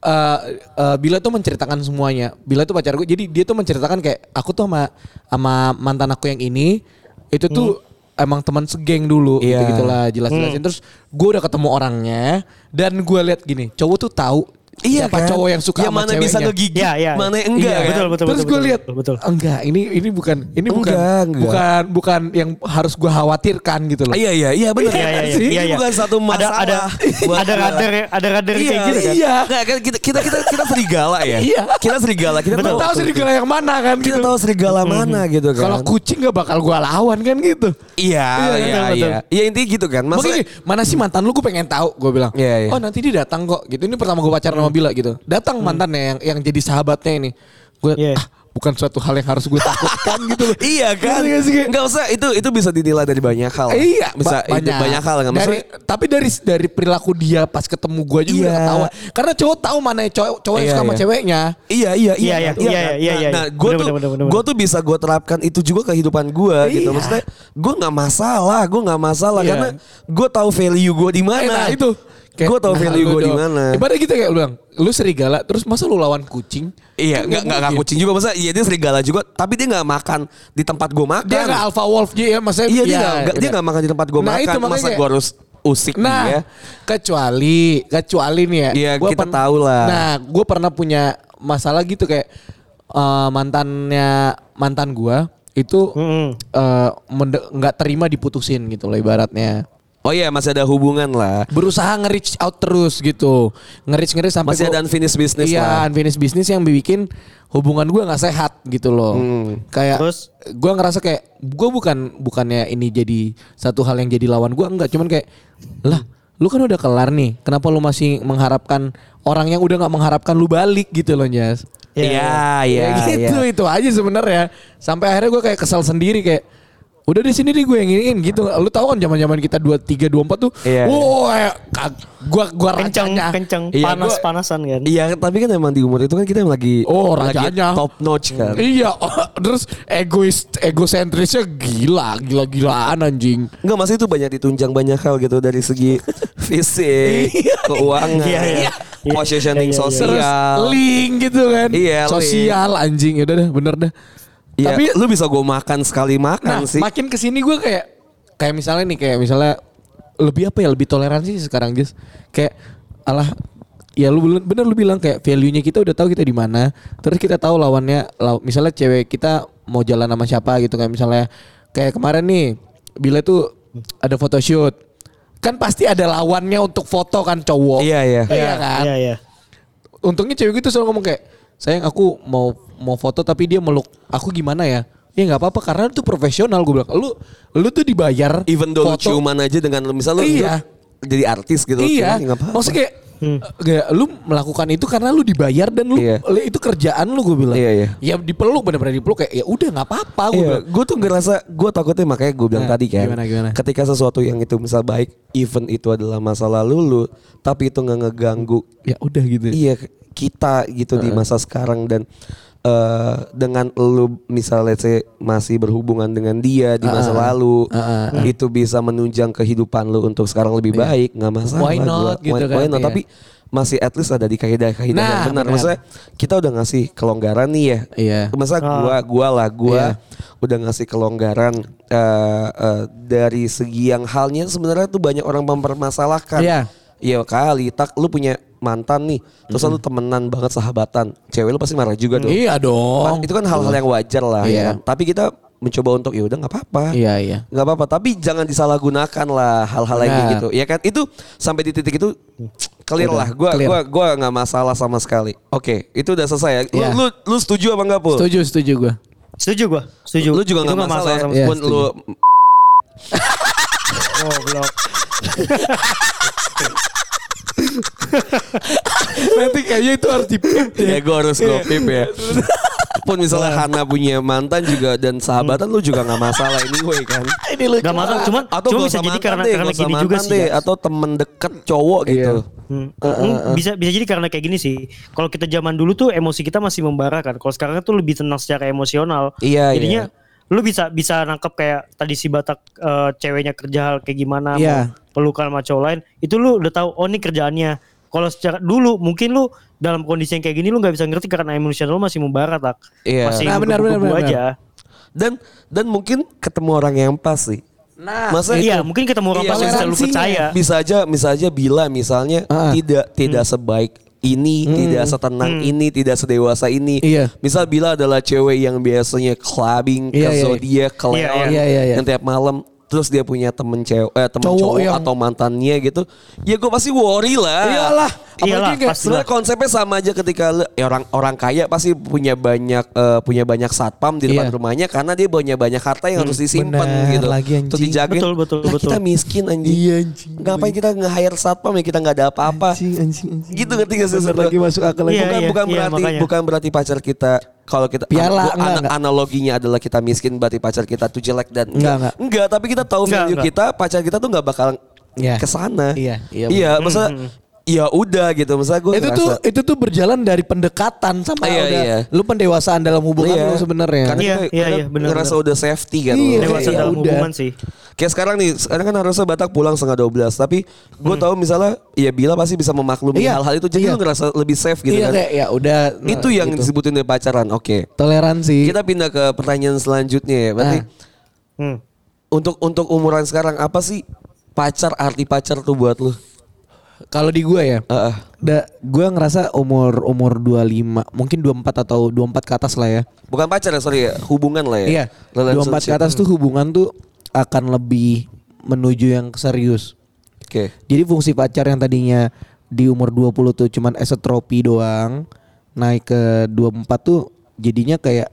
[SPEAKER 2] eh, eh, bila tuh menceritakan semuanya. Bila tuh pacar gue, jadi dia tuh menceritakan kayak aku tuh sama sama mantan aku yang ini itu tuh emang teman segeng dulu gitu
[SPEAKER 3] Iya.
[SPEAKER 2] gitulah jelas-jelasin. Terus gue udah ketemu orangnya dan gue lihat gini, cowok tuh tahu siapa
[SPEAKER 3] kan?
[SPEAKER 2] cowok yang suka
[SPEAKER 3] Ya,
[SPEAKER 2] sama
[SPEAKER 3] mana bisa
[SPEAKER 2] ceweknya.
[SPEAKER 3] ngegigit,
[SPEAKER 4] Iya, iya.
[SPEAKER 3] mana yang enggak.
[SPEAKER 4] Iya,
[SPEAKER 3] kan?
[SPEAKER 4] betul, betul.
[SPEAKER 2] Terus gue
[SPEAKER 4] betul,
[SPEAKER 2] lihat,
[SPEAKER 4] betul, betul.
[SPEAKER 2] enggak ini ini bukan ini bukan
[SPEAKER 3] Enggak, enggak.
[SPEAKER 2] bukan bukan yang harus gue khawatirkan gitu loh.
[SPEAKER 3] Iya iya iya benar.
[SPEAKER 4] Iya, iya, iya.
[SPEAKER 3] Ini
[SPEAKER 4] Iya, iya.
[SPEAKER 3] bukan satu
[SPEAKER 4] Ada
[SPEAKER 3] masalah.
[SPEAKER 4] ada
[SPEAKER 3] buat
[SPEAKER 4] ada
[SPEAKER 3] gua.
[SPEAKER 4] radar ada radar kayak gitu kan.
[SPEAKER 3] Iya. Nggak, kan kita kita kita kita serigala ya.
[SPEAKER 2] Iya.
[SPEAKER 3] Kita serigala. Kita
[SPEAKER 2] Kita
[SPEAKER 3] tahu,
[SPEAKER 2] tahu serigala yang mana kan
[SPEAKER 3] Kita
[SPEAKER 2] gitu.
[SPEAKER 3] tahu serigala mana gitu Iya kan.
[SPEAKER 2] Kalau kucing gak bakal gue lawan kan gitu.
[SPEAKER 3] Iya,
[SPEAKER 4] Iya,
[SPEAKER 3] iya,
[SPEAKER 4] betul,
[SPEAKER 3] iya. Iya intinya gitu kan. Maksudnya
[SPEAKER 2] Makanya mana sih mantan lu gue pengen tahu gue bilang.
[SPEAKER 3] Iya, Hmm. iya.
[SPEAKER 2] Oh nanti dia datang kok gitu. Ini pertama gue pacaran sama Bila gitu. Datang mantannya yang yang jadi sahabatnya ini. Gue
[SPEAKER 4] Iya.
[SPEAKER 2] ah, bukan suatu hal yang harus gue takutkan gitu loh.
[SPEAKER 3] <laughs> Iya kan?
[SPEAKER 2] Ngerti nggak sih, kayak-
[SPEAKER 3] Enggak usah itu itu bisa dinilai dari banyak hal.
[SPEAKER 2] Iya,
[SPEAKER 3] bisa
[SPEAKER 2] ba-
[SPEAKER 3] banyak, banyak hal nggak
[SPEAKER 2] Dari,
[SPEAKER 3] maksudnya.
[SPEAKER 2] tapi dari dari perilaku dia pas ketemu gua juga
[SPEAKER 3] Iya.
[SPEAKER 2] udah ketawa. Karena cowok tahu mana cowok cowok yang
[SPEAKER 3] Iya,
[SPEAKER 2] suka sama
[SPEAKER 3] iya.
[SPEAKER 2] ceweknya.
[SPEAKER 3] Iya iya iya
[SPEAKER 4] Iya, iya, iya,
[SPEAKER 3] kan?
[SPEAKER 4] iya,
[SPEAKER 3] Nah,
[SPEAKER 4] iya,
[SPEAKER 3] Nah,
[SPEAKER 4] iya.
[SPEAKER 3] gue
[SPEAKER 4] Bener,
[SPEAKER 3] tuh
[SPEAKER 4] bener, bener, bener.
[SPEAKER 3] gue tuh bisa gue terapkan itu juga ke kehidupan gue gitu.
[SPEAKER 2] Iya.
[SPEAKER 3] Maksudnya gue nggak masalah, gue nggak masalah
[SPEAKER 2] Iya.
[SPEAKER 3] karena gue tahu value gue di
[SPEAKER 2] Eh,
[SPEAKER 3] mana.
[SPEAKER 2] nah, itu.
[SPEAKER 3] gue tahu
[SPEAKER 2] nah,
[SPEAKER 3] value
[SPEAKER 2] lu
[SPEAKER 3] gue
[SPEAKER 2] dong.
[SPEAKER 3] di mana.
[SPEAKER 2] Ibaratnya kita kayak lu bilang, lu serigala terus masa lu lawan kucing?
[SPEAKER 3] Iya,
[SPEAKER 2] Kan
[SPEAKER 3] nggak nggak nggak
[SPEAKER 2] mungkin.
[SPEAKER 3] kucing juga masa iya dia serigala juga, tapi dia nggak makan di tempat gue makan.
[SPEAKER 2] Dia enggak alpha wolf dia ya, maksudnya
[SPEAKER 3] kan? Iya, dia
[SPEAKER 2] ya,
[SPEAKER 3] nggak nggak- dia
[SPEAKER 2] udah.
[SPEAKER 3] nggak makan di tempat gue
[SPEAKER 2] Nah,
[SPEAKER 3] makan.
[SPEAKER 2] itu makanya
[SPEAKER 3] Masa
[SPEAKER 2] kayak-
[SPEAKER 3] gue harus usik
[SPEAKER 2] Nah,
[SPEAKER 3] dia?
[SPEAKER 2] kecuali kecuali nih ya.
[SPEAKER 3] Iya,
[SPEAKER 2] gua
[SPEAKER 3] kita
[SPEAKER 2] pern-
[SPEAKER 3] tahu lah.
[SPEAKER 2] Nah, gue pernah punya masalah gitu kayak eh, mantannya mantan gua itu
[SPEAKER 4] Mm-mm.
[SPEAKER 2] eh, mende- nggak terima diputusin gitu loh ibaratnya.
[SPEAKER 3] Oh iya masih ada hubungan lah.
[SPEAKER 2] Berusaha nge-reach out terus gitu. Nge-reach nge-reach sampai
[SPEAKER 3] Masih ada
[SPEAKER 2] gua-
[SPEAKER 3] unfinished business
[SPEAKER 2] Iya,
[SPEAKER 3] lah.
[SPEAKER 2] unfinished business yang bikin hubungan gua nggak sehat gitu loh.
[SPEAKER 3] Hmm.
[SPEAKER 2] Kayak
[SPEAKER 4] Terus?
[SPEAKER 2] gua ngerasa kayak gua bukan bukannya ini jadi satu hal yang jadi lawan gua enggak, cuman kayak lah lu kan udah kelar nih. Kenapa lu masih mengharapkan orang yang udah nggak mengharapkan lu balik gitu loh, Jas.
[SPEAKER 3] Iya, iya,
[SPEAKER 2] Ya
[SPEAKER 3] iya.
[SPEAKER 2] gitu itu aja sebenarnya. Sampai akhirnya gue kayak kesal sendiri kayak udah di sini deh gue yang iniin gitu. Lu tahu kan zaman-zaman kita 23 24 tuh.
[SPEAKER 3] Iya.
[SPEAKER 2] Wow, eh, kag- gua gua
[SPEAKER 4] Kenceng,
[SPEAKER 2] racanya.
[SPEAKER 4] kenceng,
[SPEAKER 3] Iya, gua-
[SPEAKER 4] panas-panasan kan.
[SPEAKER 3] Iya, tapi kan emang di umur itu kan kita emang lagi
[SPEAKER 2] Oh,
[SPEAKER 3] lagi
[SPEAKER 2] rajanya.
[SPEAKER 3] top notch kan.
[SPEAKER 2] Iya, <laughs> terus egois egosentrisnya gila, gila-gilaan anjing.
[SPEAKER 3] Enggak, masih itu banyak ditunjang banyak hal gitu dari
[SPEAKER 4] <laughs>
[SPEAKER 3] segi fisik, keuangan,
[SPEAKER 4] Iya, iya.
[SPEAKER 3] positioning
[SPEAKER 4] Iya, iya, iya.
[SPEAKER 2] Terus
[SPEAKER 3] sosial.
[SPEAKER 2] link gitu kan.
[SPEAKER 3] Iya, link.
[SPEAKER 2] Sosial anjing, Ya udah deh bener deh.
[SPEAKER 3] Iya,
[SPEAKER 2] Tapi
[SPEAKER 3] lu bisa gue makan sekali
[SPEAKER 2] nah,
[SPEAKER 3] makan Kan sih.
[SPEAKER 2] makin kesini gue kayak kayak misalnya nih kayak misalnya lebih apa ya lebih toleransi sih sekarang guys kayak alah ya lu bener, bener lu bilang kayak value nya kita udah tahu kita di mana terus kita tahu lawannya law- misalnya cewek kita mau jalan sama siapa gitu kayak misalnya kayak kemarin nih bila tuh ada photoshoot kan pasti ada lawannya untuk foto kan cowok
[SPEAKER 3] Iya, iya.
[SPEAKER 2] iya kan
[SPEAKER 4] Iya, iya.
[SPEAKER 2] untungnya cewek gitu selalu ngomong kayak sayang aku mau mau foto tapi dia meluk aku gimana ya ya nggak apa-apa karena itu profesional gue bilang lu lu tuh dibayar
[SPEAKER 3] Even though lu
[SPEAKER 2] foto.
[SPEAKER 3] ciuman aja dengan lu misal lu
[SPEAKER 2] Iya.
[SPEAKER 3] lu jadi artis gitu.
[SPEAKER 2] iya
[SPEAKER 3] Cuman ya nggak apa-apa.
[SPEAKER 2] maksudnya kayak kayak lu melakukan itu karena lu dibayar dan lu
[SPEAKER 3] Iya.
[SPEAKER 2] li- itu kerjaan lu gue bilang
[SPEAKER 3] Iya, iya.
[SPEAKER 2] ya dipeluk bener-bener dipeluk kayak ya udah nggak apa-apa gue
[SPEAKER 3] Iya,
[SPEAKER 2] bilang
[SPEAKER 3] gue tuh ngerasa gue takutnya makanya gue bilang
[SPEAKER 2] Nah,
[SPEAKER 3] tadi kan.
[SPEAKER 2] gimana, gimana?
[SPEAKER 3] Ketika sesuatu yang itu misal baik, event itu adalah masa lalu lu, tapi itu nggak ngeganggu.
[SPEAKER 2] ya udah gitu
[SPEAKER 3] Iya kita gitu di masa sekarang dan eh, dengan lu misal let's say masih berhubungan dengan dia di masa lalu,
[SPEAKER 2] Heeh, Iya.
[SPEAKER 3] itu bisa menunjang kehidupan lu untuk sekarang lebih baik nggak masalah.
[SPEAKER 2] Why
[SPEAKER 3] gua.
[SPEAKER 2] not gitu
[SPEAKER 3] why,
[SPEAKER 2] kan,
[SPEAKER 3] why not?
[SPEAKER 2] iya.
[SPEAKER 3] Tapi masih at least ada di
[SPEAKER 2] Nah,
[SPEAKER 3] kaidah-kaidah yang benar.
[SPEAKER 2] benar.
[SPEAKER 3] Maksudnya kita udah ngasih kelonggaran nih ya.
[SPEAKER 2] Iya.
[SPEAKER 3] Masa gua gua lah gua udah ngasih kelonggaran eh, eh, dari segi yang halnya sebenarnya tuh banyak orang mempermasalahkan.
[SPEAKER 2] Iya.
[SPEAKER 3] Iya kali tak lu punya mantan nih, terus lu temenan banget sahabatan. Cewek lu pasti marah juga dong.
[SPEAKER 2] iya
[SPEAKER 3] Pa-
[SPEAKER 2] dong
[SPEAKER 3] Itu kan hal-hal yang wajar lah
[SPEAKER 2] Iya.
[SPEAKER 3] ya. kan. Tapi kita mencoba untuk ya udah nggak apa-apa.
[SPEAKER 2] iya iya
[SPEAKER 3] Nggak apa-apa, tapi jangan disalahgunakan lah hal-hal lagi
[SPEAKER 2] Benar.
[SPEAKER 3] gitu. Ya kan itu sampai di titik itu clear
[SPEAKER 2] Udah,
[SPEAKER 3] lah. Gua
[SPEAKER 2] clear.
[SPEAKER 3] gua gua nggak masalah sama sekali. Oke, itu udah selesai ya. Lu
[SPEAKER 2] Iya.
[SPEAKER 3] lu, lu setuju apa enggak, Pul?
[SPEAKER 2] setuju setuju gue
[SPEAKER 4] Setuju gua, setuju.
[SPEAKER 3] Lu juga
[SPEAKER 4] Itu
[SPEAKER 3] nggak
[SPEAKER 4] nggak
[SPEAKER 3] masalah, ya.
[SPEAKER 4] sama
[SPEAKER 2] Iya,
[SPEAKER 3] Pun lu
[SPEAKER 4] Oh, blok.
[SPEAKER 2] nanti kayaknya itu harus Iya. di
[SPEAKER 3] ya gua harus ngopip ya. Pun misalnya Hana punya mantan juga dan sahabatan lu juga nggak masalah anyway kan.
[SPEAKER 2] ini lu
[SPEAKER 4] Gak masalah, cuman cuma
[SPEAKER 3] gak
[SPEAKER 4] bisa
[SPEAKER 3] usah
[SPEAKER 4] jadi
[SPEAKER 3] mantan
[SPEAKER 4] karena
[SPEAKER 3] deh,
[SPEAKER 4] karena
[SPEAKER 3] gak usah
[SPEAKER 4] gini juga
[SPEAKER 3] mantan
[SPEAKER 4] sih.
[SPEAKER 3] deh,
[SPEAKER 4] Jas.
[SPEAKER 3] atau temen deket cowok gitu.
[SPEAKER 2] Iya.
[SPEAKER 4] Hmm. bisa bisa jadi karena kayak gini sih. Kalau kita zaman dulu tuh emosi kita masih membara kan. Kalau sekarang tuh lebih tenang secara emosional.
[SPEAKER 3] Iya,
[SPEAKER 4] Jadinya lu bisa bisa nangkep kayak tadi si Batak eh, ceweknya kerja hal kayak gimana
[SPEAKER 2] Iya.
[SPEAKER 4] mau pelukan sama cowok lain. Itu lu udah tahu oh ini kerjaannya. Kalau secara dulu mungkin lu dalam kondisi yang kayak gini lu nggak bisa ngerti karena emosional lu masih membara tak.
[SPEAKER 3] Iya.
[SPEAKER 4] Masih
[SPEAKER 2] Nah, benar,
[SPEAKER 4] menggebu-gebu
[SPEAKER 2] benar, benar.
[SPEAKER 4] aja.
[SPEAKER 3] Dan dan mungkin ketemu orang yang pas sih.
[SPEAKER 2] nah
[SPEAKER 3] Masa
[SPEAKER 4] Iya, mungkin ketemu orang
[SPEAKER 3] Iya,
[SPEAKER 4] pas yang bisa lu
[SPEAKER 2] toleransinya.
[SPEAKER 4] percaya.
[SPEAKER 3] bisa aja bisa aja bila misalnya
[SPEAKER 2] Ah. Hmm.
[SPEAKER 3] tidak tidak
[SPEAKER 4] Hmm.
[SPEAKER 3] sebaik ini tidak setenang ini tidak sedewasa ini
[SPEAKER 2] Iya.
[SPEAKER 3] misal bila adalah cewek yang biasanya
[SPEAKER 2] Iya,
[SPEAKER 3] clubbing ke
[SPEAKER 2] iya, iya.
[SPEAKER 3] zodiak ke
[SPEAKER 4] Iya,
[SPEAKER 3] Leon,
[SPEAKER 2] iya, iya, iya.
[SPEAKER 3] yang tiap malam terus dia punya temen cewek eh, temen
[SPEAKER 2] Cowok
[SPEAKER 3] cowok,
[SPEAKER 2] yang-
[SPEAKER 3] atau mantannya gitu ya gue pasti worry lah
[SPEAKER 2] Iyalah.
[SPEAKER 3] Apalagi
[SPEAKER 4] Iyalah,
[SPEAKER 3] kayak-
[SPEAKER 4] pasti
[SPEAKER 3] sebenarnya konsepnya sama aja ketika lu- ya orang orang kaya pasti punya banyak eh, punya banyak satpam di
[SPEAKER 2] Iya.
[SPEAKER 3] depan rumahnya karena dia punya banyak harta yang harus disimpan
[SPEAKER 2] bener
[SPEAKER 3] gitu
[SPEAKER 2] lagi,
[SPEAKER 3] terus
[SPEAKER 2] anjing.
[SPEAKER 3] dijagain
[SPEAKER 4] Betul, betul,
[SPEAKER 3] Lah,
[SPEAKER 4] betul.
[SPEAKER 3] kita miskin anjing
[SPEAKER 2] Iya, anjing.
[SPEAKER 3] ngapain kita nge-hire satpam ya kita nggak ada apa-apa
[SPEAKER 2] anjing
[SPEAKER 3] gitu ngerti gak sih
[SPEAKER 2] Bentar
[SPEAKER 3] Sardo?
[SPEAKER 2] lagi masuk akal lagi.
[SPEAKER 4] Iya,
[SPEAKER 3] bukan
[SPEAKER 4] iya,
[SPEAKER 3] bukan
[SPEAKER 4] iya,
[SPEAKER 3] berarti
[SPEAKER 4] makanya.
[SPEAKER 3] bukan berarti pacar kita kalau kita
[SPEAKER 2] Piala,
[SPEAKER 3] gua-
[SPEAKER 2] enggak,
[SPEAKER 3] ana-
[SPEAKER 2] enggak.
[SPEAKER 3] analoginya adalah kita miskin berarti pacar kita tuh jelek dan
[SPEAKER 2] Enggak, enggak.
[SPEAKER 3] tapi kita tahu
[SPEAKER 4] Enggak,
[SPEAKER 3] value
[SPEAKER 4] enggak.
[SPEAKER 3] kita pacar kita tuh nggak bakal
[SPEAKER 2] Iya.
[SPEAKER 3] kesana
[SPEAKER 2] Iya, iya,
[SPEAKER 3] iya, maksudnya
[SPEAKER 4] Hmm,
[SPEAKER 3] ya udah gitu maksudnya gue
[SPEAKER 2] itu tuh itu tuh berjalan dari pendekatan sampai
[SPEAKER 3] Iya,
[SPEAKER 2] udah
[SPEAKER 3] iya.
[SPEAKER 2] lu pendewasaan dalam hubungan
[SPEAKER 3] Iya.
[SPEAKER 2] lu sebenarnya.
[SPEAKER 3] karena
[SPEAKER 4] Iya,
[SPEAKER 3] kita-
[SPEAKER 4] iya,
[SPEAKER 3] kita
[SPEAKER 4] iya, benar,
[SPEAKER 3] ngerasa
[SPEAKER 4] benar.
[SPEAKER 3] udah safety kan
[SPEAKER 2] Iya,
[SPEAKER 3] lu.
[SPEAKER 4] Dewasa
[SPEAKER 2] ya
[SPEAKER 4] dalam
[SPEAKER 2] udah.
[SPEAKER 4] hubungan sih.
[SPEAKER 3] Kayak sekarang nih, sekarang kan harusnya Batak pulang setengah 12 Tapi gue tahu misalnya, ya Bila pasti bisa memaklumi
[SPEAKER 2] Hmm. Iya,
[SPEAKER 3] hal-hal itu Jadi
[SPEAKER 2] iya.
[SPEAKER 3] lu ngerasa lebih safe <laughs> gitu
[SPEAKER 2] iya
[SPEAKER 3] kan
[SPEAKER 2] kayak ya udah nah,
[SPEAKER 3] Itu yang
[SPEAKER 2] gitu.
[SPEAKER 3] disebutin dari pacaran, oke
[SPEAKER 2] toleransi.
[SPEAKER 3] Kita pindah ke pertanyaan selanjutnya ya Berarti
[SPEAKER 2] Ah.
[SPEAKER 4] Hmm.
[SPEAKER 3] untuk untuk umuran sekarang apa sih pacar, arti pacar tuh buat lu?
[SPEAKER 2] Kalau di gua ya,
[SPEAKER 3] Heeh.
[SPEAKER 2] da, gua ngerasa umur umur 25, mungkin 24 atau 24 ke atas lah ya.
[SPEAKER 3] Bukan pacar ya, sorry ya, hubungan lah ya
[SPEAKER 2] Iya. 24 ke
[SPEAKER 3] Relationship.
[SPEAKER 2] atas tuh hubungan tuh akan lebih menuju yang serius.
[SPEAKER 3] Oke
[SPEAKER 2] Jadi fungsi pacar yang tadinya di umur 20 tuh cuman esotropi doang naik ke 24 tuh jadinya kayak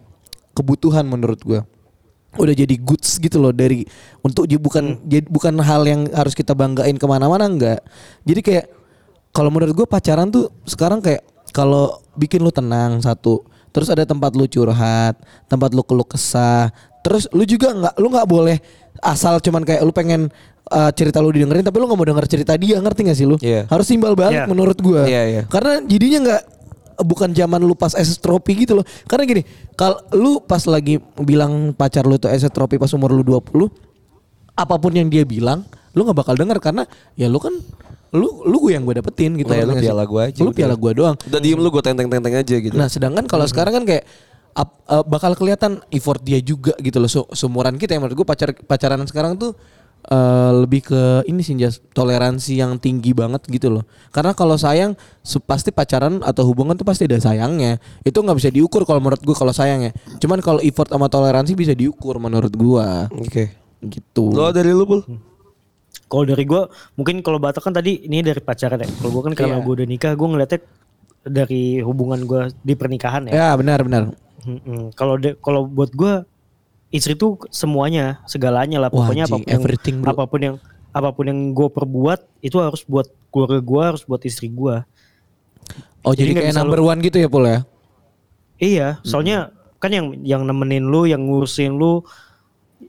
[SPEAKER 2] kebutuhan menurut gua. Udah jadi goods gitu loh dari untuk jadi bukan jadi bukan hal yang harus kita banggain kemana-mana enggak. Jadi kayak kalau menurut gua pacaran tuh sekarang kayak kalau bikin lu tenang satu, terus ada tempat lu curhat, tempat lu keluh kesah, terus lu juga nggak lu nggak boleh asal cuman kayak lu pengen uh, cerita lu didengerin tapi lu nggak mau denger cerita dia ngerti gak sih lu
[SPEAKER 3] Iya.
[SPEAKER 2] harus timbal balik
[SPEAKER 4] Iya.
[SPEAKER 2] menurut gua
[SPEAKER 3] Iya, iya.
[SPEAKER 2] karena jadinya nggak bukan zaman lu pas esotropi gitu loh karena gini kalau lu pas lagi bilang pacar lu tuh esotropi pas umur lu 20 apapun yang dia bilang lu nggak bakal denger karena ya lu kan lu lu yang gue dapetin gitu
[SPEAKER 3] Lah, ya,
[SPEAKER 2] ngerti
[SPEAKER 3] lu
[SPEAKER 2] nggak sih?
[SPEAKER 3] piala gua aja,
[SPEAKER 2] lu
[SPEAKER 3] udah.
[SPEAKER 2] piala gua doang
[SPEAKER 3] Udah diem lu gue tenteng-tenteng aja gitu
[SPEAKER 2] Nah, sedangkan kalau
[SPEAKER 4] Hmm.
[SPEAKER 2] sekarang kan kayak ap- eh, bakal kelihatan effort dia juga gitu loh. So, seumuran kita yang menurut gue pacar pacaran sekarang tuh eh, lebih ke ini sih Jas, toleransi yang tinggi banget gitu loh. Karena kalau sayang se- pasti pacaran atau hubungan tuh pasti ada sayangnya. Itu nggak bisa diukur kalau menurut gue kalau sayangnya. Cuman kalau effort sama toleransi bisa diukur menurut gua
[SPEAKER 3] Oke
[SPEAKER 2] gitu.
[SPEAKER 3] Lo dari lu Pul?
[SPEAKER 4] Kalau dari gue, mungkin kalau Batak kan tadi ini dari pacaran ya. Kalau gue kan karena
[SPEAKER 2] Iya.
[SPEAKER 4] gue udah nikah, gue ngeliatnya dari hubungan gue di pernikahan ya.
[SPEAKER 2] Ya benar benar.
[SPEAKER 4] Mm-mm. Kalau de- kalau buat gue istri tuh semuanya segalanya lah
[SPEAKER 2] Wah,
[SPEAKER 4] pokoknya
[SPEAKER 2] anjing,
[SPEAKER 4] apapun yang,
[SPEAKER 2] everything, bro.
[SPEAKER 4] apapun yang apapun yang gue perbuat itu harus buat keluarga gue harus buat istri gue.
[SPEAKER 2] Oh
[SPEAKER 4] Jadi
[SPEAKER 2] jadi,
[SPEAKER 4] nggak
[SPEAKER 2] kayak
[SPEAKER 4] bisa
[SPEAKER 2] number one gitu ya Pul ya?
[SPEAKER 4] Iya, soalnya kan yang yang nemenin lu, yang ngurusin lu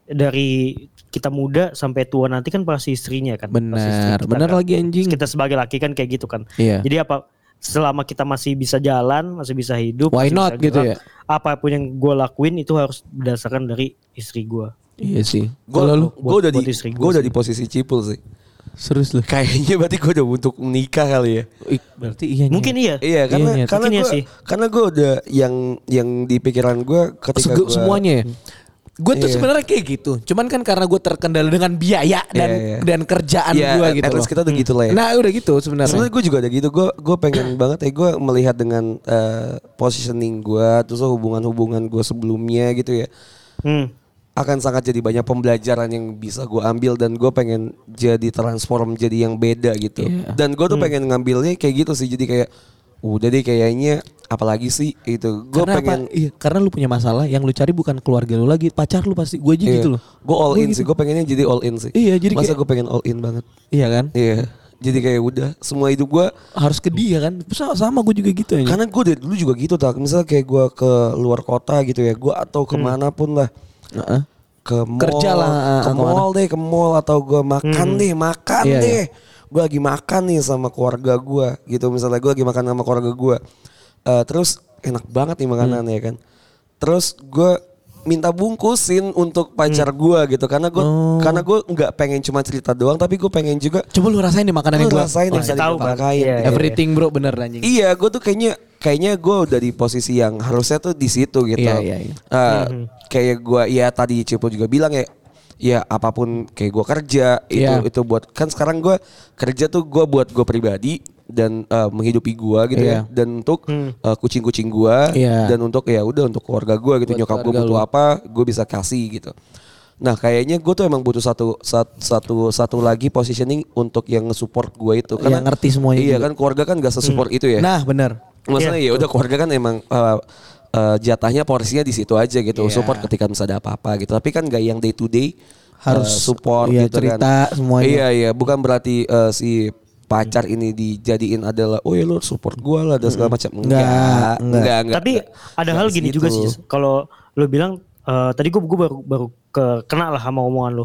[SPEAKER 4] dari kita muda sampai tua nanti kan pasti istrinya kan. Pasti istri
[SPEAKER 2] Benar
[SPEAKER 4] kita
[SPEAKER 2] benar
[SPEAKER 4] kan.
[SPEAKER 2] lagi anjing.
[SPEAKER 4] Kita sebagai laki kan kayak gitu kan.
[SPEAKER 2] Iya.
[SPEAKER 4] Jadi apa selama kita masih bisa jalan, masih bisa hidup,
[SPEAKER 2] Why
[SPEAKER 4] masih
[SPEAKER 2] not
[SPEAKER 4] bisa
[SPEAKER 2] gitu
[SPEAKER 4] gerak,
[SPEAKER 2] ya?
[SPEAKER 4] Apapun yang gue lakuin itu harus berdasarkan dari istri gue.
[SPEAKER 2] Iya sih.
[SPEAKER 3] Gue
[SPEAKER 2] Kalau lu
[SPEAKER 4] buat-
[SPEAKER 3] udah di
[SPEAKER 4] buat istri gua
[SPEAKER 3] gue udah
[SPEAKER 4] sih.
[SPEAKER 3] di posisi cipul sih.
[SPEAKER 2] serius lu?
[SPEAKER 3] Kayaknya berarti gue udah untuk menikah kali ya.
[SPEAKER 2] Ih, Berarti iya. Nyet.
[SPEAKER 4] Mungkin iya.
[SPEAKER 3] Iya karena
[SPEAKER 2] Nyet.
[SPEAKER 3] karena
[SPEAKER 4] Mungkin iya
[SPEAKER 3] gue
[SPEAKER 4] sih.
[SPEAKER 3] karena gue udah yang yang di pikiran gue ketika
[SPEAKER 2] Sege-
[SPEAKER 3] gua- Hmm.
[SPEAKER 2] semuanya ya. Gue tuh
[SPEAKER 3] Iya.
[SPEAKER 2] sebenarnya kayak gitu. Cuman kan karena gue terkendala dengan biaya dan
[SPEAKER 3] Iya, iya.
[SPEAKER 2] dan kerjaan
[SPEAKER 3] Iya,
[SPEAKER 2] gue
[SPEAKER 3] at-
[SPEAKER 2] gitu.
[SPEAKER 3] at least
[SPEAKER 2] loh.
[SPEAKER 3] kita udah gitu lah ya.
[SPEAKER 2] Nah udah gitu sebenarnya.
[SPEAKER 3] Sebenarnya gue juga ada gitu. Gue gue pengen <coughs> banget ya gue melihat dengan eh, positioning gue, terus hubungan-hubungan gue sebelumnya gitu ya
[SPEAKER 4] Hmm.
[SPEAKER 3] akan sangat jadi banyak pembelajaran yang bisa gue ambil dan gue pengen jadi transform jadi yang beda gitu.
[SPEAKER 2] Iya.
[SPEAKER 3] Dan gue tuh
[SPEAKER 2] Hmm.
[SPEAKER 3] pengen ngambilnya kayak gitu sih. Jadi kayak udah deh kayaknya apalagi sih itu. Gue
[SPEAKER 2] karena
[SPEAKER 3] pengen
[SPEAKER 2] apa? Iya, karena lu punya masalah yang lu cari bukan keluarga lu lagi, pacar lu pasti. Gue
[SPEAKER 3] Iya.
[SPEAKER 2] aja gitu loh.
[SPEAKER 3] Gue all
[SPEAKER 2] Gua
[SPEAKER 3] in
[SPEAKER 2] gitu.
[SPEAKER 3] sih. Gue pengennya jadi all in sih.
[SPEAKER 2] Iya, jadi
[SPEAKER 3] masa
[SPEAKER 2] kayak-
[SPEAKER 3] gue pengen all in banget.
[SPEAKER 2] Iya kan?
[SPEAKER 3] Iya. Jadi kayak udah semua hidup gue
[SPEAKER 2] Harus ke dia kan? Sama, sama gue juga gitu aja.
[SPEAKER 3] Karena gue dari dulu juga gitu tak. Misalnya kayak gue ke luar kota gitu ya, gue
[SPEAKER 2] Hmm.
[SPEAKER 3] atau kemana pun lah, Nah,
[SPEAKER 2] Heeh.
[SPEAKER 3] ke mall,
[SPEAKER 2] Kerja lah, ah,
[SPEAKER 3] ke
[SPEAKER 2] kemana.
[SPEAKER 3] mall deh, ke mall atau gue makan deh, makan
[SPEAKER 2] Iya,
[SPEAKER 3] deh. Gue lagi makan nih sama keluarga gue, gitu. Misalnya gue lagi makan sama keluarga gue, Eh, terus enak banget nih makanannya
[SPEAKER 2] Hmm.
[SPEAKER 3] ya kan. Terus gue minta bungkusin untuk pacar
[SPEAKER 2] Hmm.
[SPEAKER 3] gue gitu, karena gue
[SPEAKER 2] Oh.
[SPEAKER 3] karena gue nggak pengen cuma cerita doang, tapi gue pengen juga
[SPEAKER 2] Coba lu rasain deh makanan yang
[SPEAKER 3] lu
[SPEAKER 2] gue
[SPEAKER 3] rasain yang
[SPEAKER 4] Kasih
[SPEAKER 3] tadi
[SPEAKER 4] tahu
[SPEAKER 3] gua
[SPEAKER 4] kan.
[SPEAKER 3] pakain.
[SPEAKER 4] Iya,
[SPEAKER 3] Gitu.
[SPEAKER 4] iya.
[SPEAKER 2] Everything bro bener anjing.
[SPEAKER 3] Iya, gue tuh kayaknya kayaknya gue udah di posisi yang harusnya tuh di situ gitu.
[SPEAKER 2] Iya, iya, iya.
[SPEAKER 3] Eh, Kayak gue, ya tadi Cipo juga bilang ya, ya apapun kayak gue kerja itu
[SPEAKER 2] Iya.
[SPEAKER 3] itu buat kan sekarang gue kerja tuh gue buat gue pribadi dan eh, menghidupi gue gitu
[SPEAKER 2] Iya.
[SPEAKER 3] ya dan untuk eh, kucing-kucing gue
[SPEAKER 2] Iya.
[SPEAKER 3] dan untuk ya udah untuk keluarga gue gitu
[SPEAKER 2] Buat
[SPEAKER 3] nyokap gue
[SPEAKER 2] keluarga
[SPEAKER 3] butuh
[SPEAKER 2] lu.
[SPEAKER 3] apa gue bisa kasih gitu. Nah kayaknya gue tuh emang butuh satu sat- satu satu lagi positioning untuk yang support gue itu karena
[SPEAKER 2] Yang ngerti semuanya
[SPEAKER 3] Iya
[SPEAKER 2] juga.
[SPEAKER 3] kan keluarga kan gak sesupport itu ya.
[SPEAKER 2] Nah bener.
[SPEAKER 3] Maksudnya ya udah keluarga kan emang uh, uh, jatahnya porsinya di situ aja gitu.
[SPEAKER 2] Iya.
[SPEAKER 3] Support ketika misalnya ada apa-apa gitu. Tapi kan gak yang day to day
[SPEAKER 2] Harus,
[SPEAKER 3] uh, support
[SPEAKER 2] iya,
[SPEAKER 3] gitu
[SPEAKER 2] cerita
[SPEAKER 3] kan.
[SPEAKER 2] semuanya.
[SPEAKER 3] Iya iya, bukan berarti uh, si pacar ini dijadiin adalah oh ya lu support gua lah dan segala
[SPEAKER 2] Hmm.
[SPEAKER 3] macam. Enggak,
[SPEAKER 2] Enggak, enggak.
[SPEAKER 3] enggak,
[SPEAKER 4] Tapi ada hal gini juga sih. Jis. Kalau lu bilang eh, tadi gue gue baru baru ke, kena lah sama omongan lu.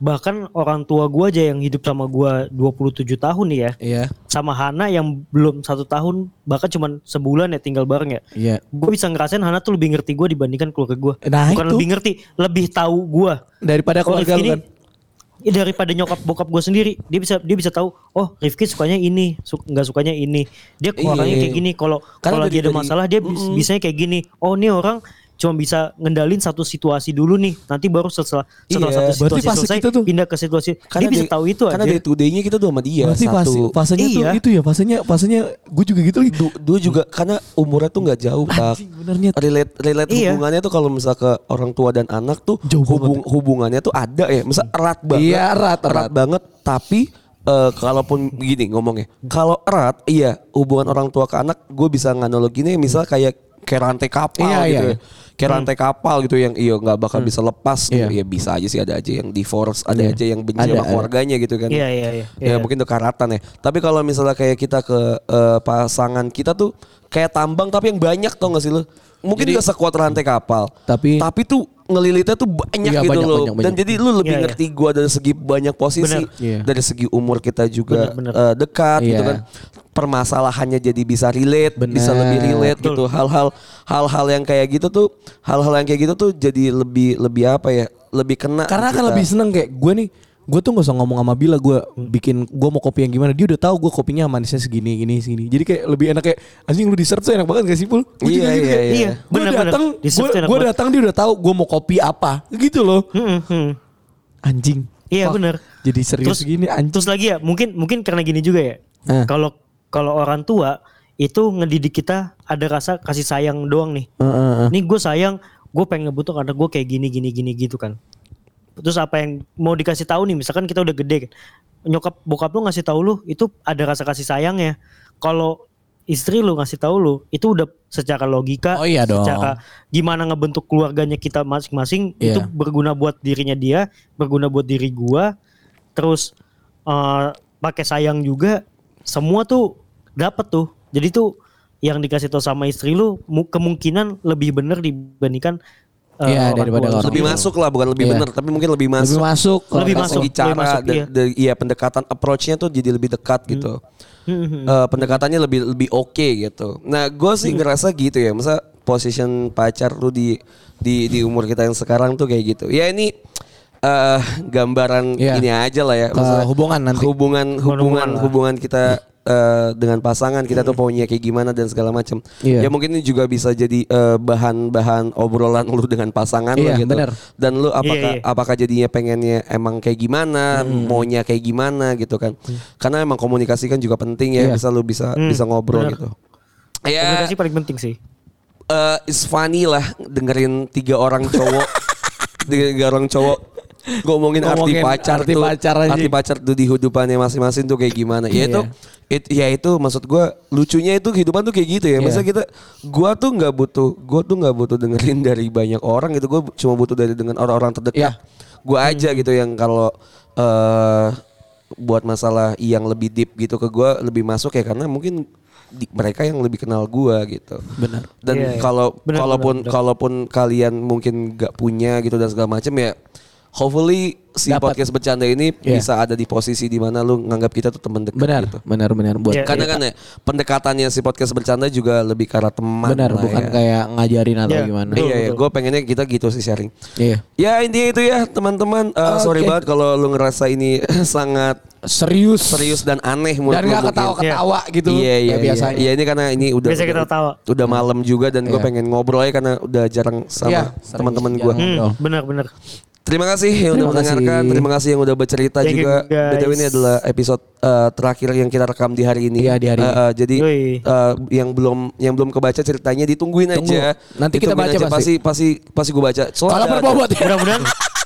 [SPEAKER 4] Bahkan orang tua gue aja yang hidup sama gue 27 tahun nih ya.
[SPEAKER 2] Iya.
[SPEAKER 4] Sama Hana yang belum satu tahun bahkan cuman sebulan ya tinggal bareng ya.
[SPEAKER 2] Iya.
[SPEAKER 4] Gue bisa ngerasain Hana tuh lebih ngerti gue dibandingkan keluarga gue.
[SPEAKER 2] Nah,
[SPEAKER 4] Bukan
[SPEAKER 2] itu.
[SPEAKER 4] lebih ngerti, lebih tahu gue.
[SPEAKER 2] Daripada
[SPEAKER 4] Kalau
[SPEAKER 2] keluarga lu
[SPEAKER 4] Oh, Rifki
[SPEAKER 2] kan.
[SPEAKER 4] ini, ya daripada nyokap bokap gue sendiri dia bisa dia bisa tahu oh Rifki sukanya ini su- nggak sukanya ini dia keluaranya
[SPEAKER 3] Iya.
[SPEAKER 4] kayak gini kalau
[SPEAKER 3] Karena
[SPEAKER 4] kalau
[SPEAKER 3] dari-
[SPEAKER 4] dia ada
[SPEAKER 3] dari-
[SPEAKER 4] masalah dia bis- bisanya kayak gini oh ini orang cuma bisa ngendalin satu situasi dulu nih nanti baru setelah setelah
[SPEAKER 3] Iya.
[SPEAKER 4] satu
[SPEAKER 2] Berarti
[SPEAKER 4] situasi
[SPEAKER 2] fase
[SPEAKER 4] selesai
[SPEAKER 2] kita tuh.
[SPEAKER 4] pindah ke situasi dia bisa
[SPEAKER 3] day-
[SPEAKER 4] tahu itu
[SPEAKER 3] Karena
[SPEAKER 4] aja
[SPEAKER 3] day to day-nya kita tuh sama dia
[SPEAKER 2] Berarti fase,
[SPEAKER 3] iya, satu.
[SPEAKER 2] fasenya
[SPEAKER 4] Iya.
[SPEAKER 2] tuh itu ya fasenya fasenya gue juga gitu lagi.
[SPEAKER 3] Du- dua juga karena umurnya tuh nggak jauh tak
[SPEAKER 2] Anjing, benernya.
[SPEAKER 3] relate relate
[SPEAKER 4] Iya.
[SPEAKER 3] hubungannya tuh kalau misal ke orang tua dan anak tuh
[SPEAKER 2] Jauh ya.
[SPEAKER 3] hubung- hubungannya tuh ada ya misal erat banget
[SPEAKER 2] Iya, erat,
[SPEAKER 3] erat,
[SPEAKER 2] erat.
[SPEAKER 3] banget tapi eh, kalaupun gini ngomongnya kalau erat iya hubungan orang tua ke anak gue bisa nganaloginnya misal kayak kayak rantai kapal
[SPEAKER 2] Iya,
[SPEAKER 3] gitu
[SPEAKER 2] iya.
[SPEAKER 3] ya. Kayak rantai kapal gitu yang iya nggak bakal bisa lepas
[SPEAKER 2] Iya.
[SPEAKER 3] ya bisa aja sih ada aja yang divorce ada aja yang benci
[SPEAKER 2] Ada,
[SPEAKER 3] sama
[SPEAKER 2] ada.
[SPEAKER 3] keluarganya gitu kan
[SPEAKER 4] Iya, iya, iya.
[SPEAKER 3] ya
[SPEAKER 4] Iya.
[SPEAKER 3] mungkin itu karatan ya tapi kalau misalnya kayak kita ke eh, pasangan kita tuh kayak tambang tapi yang banyak tau gak sih lo mungkin
[SPEAKER 2] Jadi-
[SPEAKER 3] nggak sekuat rantai kapal
[SPEAKER 2] Tapi-
[SPEAKER 3] tapi tuh ngelilitnya tuh banyak
[SPEAKER 2] Iya,
[SPEAKER 3] gitu
[SPEAKER 2] banyak,
[SPEAKER 3] loh
[SPEAKER 2] banyak, banyak.
[SPEAKER 3] dan jadi lu lebih
[SPEAKER 4] Iya, iya.
[SPEAKER 3] ngerti gua dari segi banyak posisi
[SPEAKER 4] Bener.
[SPEAKER 2] Iya.
[SPEAKER 3] dari segi umur kita juga
[SPEAKER 4] Bener, bener.
[SPEAKER 3] eh, dekat gitu
[SPEAKER 2] Iya.
[SPEAKER 3] kan permasalahannya jadi bisa relate bisa
[SPEAKER 2] Bener.
[SPEAKER 3] lebih relate gitu hal-hal hal-hal yang kayak gitu tuh hal-hal yang kayak gitu tuh jadi lebih lebih apa ya lebih kena gitu.
[SPEAKER 2] Karena
[SPEAKER 3] di
[SPEAKER 2] akan
[SPEAKER 3] kita.
[SPEAKER 2] lebih seneng kayak gue nih gue tuh gak usah ngomong sama Bila gue bikin gue mau kopi yang gimana dia udah tahu gue kopinya manisnya segini gini segini jadi kayak lebih enak kayak anjing lu di serve tuh enak banget gak sih pul Gua
[SPEAKER 3] Iya,
[SPEAKER 2] juga gitu
[SPEAKER 3] iya,
[SPEAKER 2] kayak,
[SPEAKER 3] iya.
[SPEAKER 2] gue
[SPEAKER 4] Bener, bener.
[SPEAKER 2] datang
[SPEAKER 4] Di serve tuh enak
[SPEAKER 2] gue
[SPEAKER 4] banget.
[SPEAKER 2] datang dia udah tahu gue mau kopi apa gitu loh
[SPEAKER 4] Mm-mm, mm.
[SPEAKER 2] anjing
[SPEAKER 4] Iya,
[SPEAKER 2] Wah,
[SPEAKER 4] bener.
[SPEAKER 2] jadi serius gini anjing
[SPEAKER 4] Terus lagi ya, mungkin mungkin karena gini juga ya.
[SPEAKER 2] Eh.
[SPEAKER 4] Kalau kalau orang tua itu ngedidik kita ada rasa kasih sayang doang nih.
[SPEAKER 2] Eh,
[SPEAKER 4] Nih gue sayang, gue pengen ngebutuh anak gue kayak gini gini gini gitu kan. Terus apa yang mau dikasih tahu nih? Misalkan kita udah gede, kan. nyokap bokap lu ngasih tahu lu itu ada rasa kasih sayangnya. Kalau istri lu ngasih tahu lu itu udah secara logika
[SPEAKER 2] Oh iya dong.
[SPEAKER 4] secara gimana ngebentuk keluarganya kita masing-masing itu
[SPEAKER 2] Iya.
[SPEAKER 4] berguna buat dirinya dia berguna buat diri gua terus eh, pakai sayang juga semua tuh dapet tuh jadi tuh yang dikasih tahu sama istri lu mu- kemungkinan lebih bener dibandingkan eh,
[SPEAKER 2] Iya, daripada
[SPEAKER 4] orang tua lu
[SPEAKER 2] orang
[SPEAKER 3] lebih
[SPEAKER 4] sendiri.
[SPEAKER 2] tua.
[SPEAKER 3] masuk lah bukan lebih
[SPEAKER 2] Iya.
[SPEAKER 3] benar tapi mungkin lebih masuk
[SPEAKER 2] Lebih masuk. kalau
[SPEAKER 4] Lebih
[SPEAKER 2] kata
[SPEAKER 4] masuk.
[SPEAKER 2] gua.
[SPEAKER 3] Strategi cara
[SPEAKER 4] masuk,
[SPEAKER 3] da-
[SPEAKER 4] iya.
[SPEAKER 3] da- iya pendekatan approach-nya tuh jadi lebih dekat gitu.
[SPEAKER 4] Hmm.
[SPEAKER 3] Eh, pendekatannya lebih lebih oke gitu. Nah, gue sih ngerasa gitu ya. Masa position pacar lu di di di umur kita yang sekarang tuh kayak gitu. Ya ini eh gambaran
[SPEAKER 2] Iya.
[SPEAKER 3] ini aja lah ya.
[SPEAKER 2] Ke hubungan nanti.
[SPEAKER 3] Hubungan hubungan
[SPEAKER 4] lah. Hmm.
[SPEAKER 3] hubungan kita eh, dengan pasangan kita tuh maunya kayak gimana dan segala macam.
[SPEAKER 2] Iya.
[SPEAKER 3] Ya mungkin ini juga bisa jadi eh, bahan-bahan obrolan lu dengan pasangan lu
[SPEAKER 2] Iya,
[SPEAKER 3] gitu.
[SPEAKER 2] bener.
[SPEAKER 3] Dan lu apakah
[SPEAKER 4] Iya, iya.
[SPEAKER 3] apakah jadinya pengennya emang kayak gimana,
[SPEAKER 2] Hmm.
[SPEAKER 3] maunya kayak gimana gitu kan. Karena emang komunikasi kan juga penting ya,
[SPEAKER 2] Iya.
[SPEAKER 3] bisa lu bisa bisa ngobrol
[SPEAKER 4] benar.
[SPEAKER 3] gitu. Ya,
[SPEAKER 4] Komunikasi paling penting sih
[SPEAKER 3] eh it's funny lah dengerin tiga orang cowok
[SPEAKER 2] <laughs>
[SPEAKER 3] tiga orang cowok ngomongin, arti
[SPEAKER 2] Ngomongin
[SPEAKER 3] pacar
[SPEAKER 2] arti
[SPEAKER 3] tuh
[SPEAKER 2] pacar aja.
[SPEAKER 3] arti pacar tuh di hidupannya masing-masing tuh kayak gimana ya itu it- ya itu maksud gua lucunya itu kehidupan tuh kayak gitu ya masa
[SPEAKER 2] Iya. Iya.
[SPEAKER 3] kita gua tuh nggak butuh gua tuh nggak butuh dengerin dari banyak orang gitu gua cuma butuh dari dengan orang-orang terdekat
[SPEAKER 2] Iya.
[SPEAKER 3] gua
[SPEAKER 4] Hmm.
[SPEAKER 3] aja gitu yang kalau eh buat masalah yang lebih deep gitu ke gua lebih masuk ya karena mungkin di- mereka yang lebih kenal gua gitu
[SPEAKER 2] Benar.
[SPEAKER 3] dan
[SPEAKER 4] Iya, iya.
[SPEAKER 3] kalau
[SPEAKER 4] Benar,
[SPEAKER 3] kalaupun
[SPEAKER 4] benar, benar.
[SPEAKER 3] kalaupun kalian mungkin gak punya gitu dan segala macam ya hopefully si
[SPEAKER 2] Dapat.
[SPEAKER 3] podcast bercanda ini
[SPEAKER 2] Iya.
[SPEAKER 3] bisa ada di posisi di mana lu nganggap kita tuh teman dekat
[SPEAKER 2] Benar,
[SPEAKER 3] gitu.
[SPEAKER 2] benar, benar. Buat
[SPEAKER 4] Iya.
[SPEAKER 3] Karena kan ya pendekatannya si podcast bercanda juga lebih ke arah teman.
[SPEAKER 2] benar,
[SPEAKER 3] lah
[SPEAKER 2] bukan
[SPEAKER 3] ya.
[SPEAKER 2] kayak ngajarin atau
[SPEAKER 4] Iya.
[SPEAKER 2] gimana.
[SPEAKER 3] Iya, iya. gue pengennya kita gitu sih sharing.
[SPEAKER 2] Iya.
[SPEAKER 3] Ya intinya itu ya teman-teman. Eh, Sorry
[SPEAKER 2] Oke.
[SPEAKER 3] banget kalau lu ngerasa ini <laughs> sangat
[SPEAKER 2] Serius.
[SPEAKER 3] serius dan aneh menurut
[SPEAKER 2] Dan
[SPEAKER 3] lu
[SPEAKER 2] nggak
[SPEAKER 3] mungkin.
[SPEAKER 2] ketawa-ketawa gitu.
[SPEAKER 3] Iya
[SPEAKER 2] kayak
[SPEAKER 3] iya iya.
[SPEAKER 2] biasanya.
[SPEAKER 3] Iya ini karena ini udah
[SPEAKER 4] Biasanya kita tawa.
[SPEAKER 3] Udah malam juga dan gue
[SPEAKER 2] Iya.
[SPEAKER 3] pengen ngobrol aja karena udah jarang sama
[SPEAKER 2] Iya,
[SPEAKER 3] teman-teman
[SPEAKER 2] sering
[SPEAKER 3] gue.
[SPEAKER 2] jarang.
[SPEAKER 4] hmm,
[SPEAKER 2] Betul.
[SPEAKER 4] benar-benar
[SPEAKER 3] Terima kasih yang udah
[SPEAKER 2] Terima kasih.
[SPEAKER 3] mendengarkan. Terima kasih yang udah bercerita
[SPEAKER 4] Thank you,
[SPEAKER 3] juga.
[SPEAKER 4] guys.
[SPEAKER 3] BTW ini adalah episode eh, terakhir yang kita rekam di hari ini.
[SPEAKER 2] Iya, di hari
[SPEAKER 3] Eh,
[SPEAKER 2] ini.
[SPEAKER 3] eh, jadi
[SPEAKER 4] Yoi.
[SPEAKER 3] eh, yang belum yang belum kebaca ceritanya ditungguin
[SPEAKER 2] Tunggu.
[SPEAKER 3] aja.
[SPEAKER 2] Nanti kita baca
[SPEAKER 3] Ditungguin aja. pasti pasti pasti gue baca. Soalnya
[SPEAKER 2] Kalau
[SPEAKER 3] ada-
[SPEAKER 2] berbobot.
[SPEAKER 4] mudah-mudahan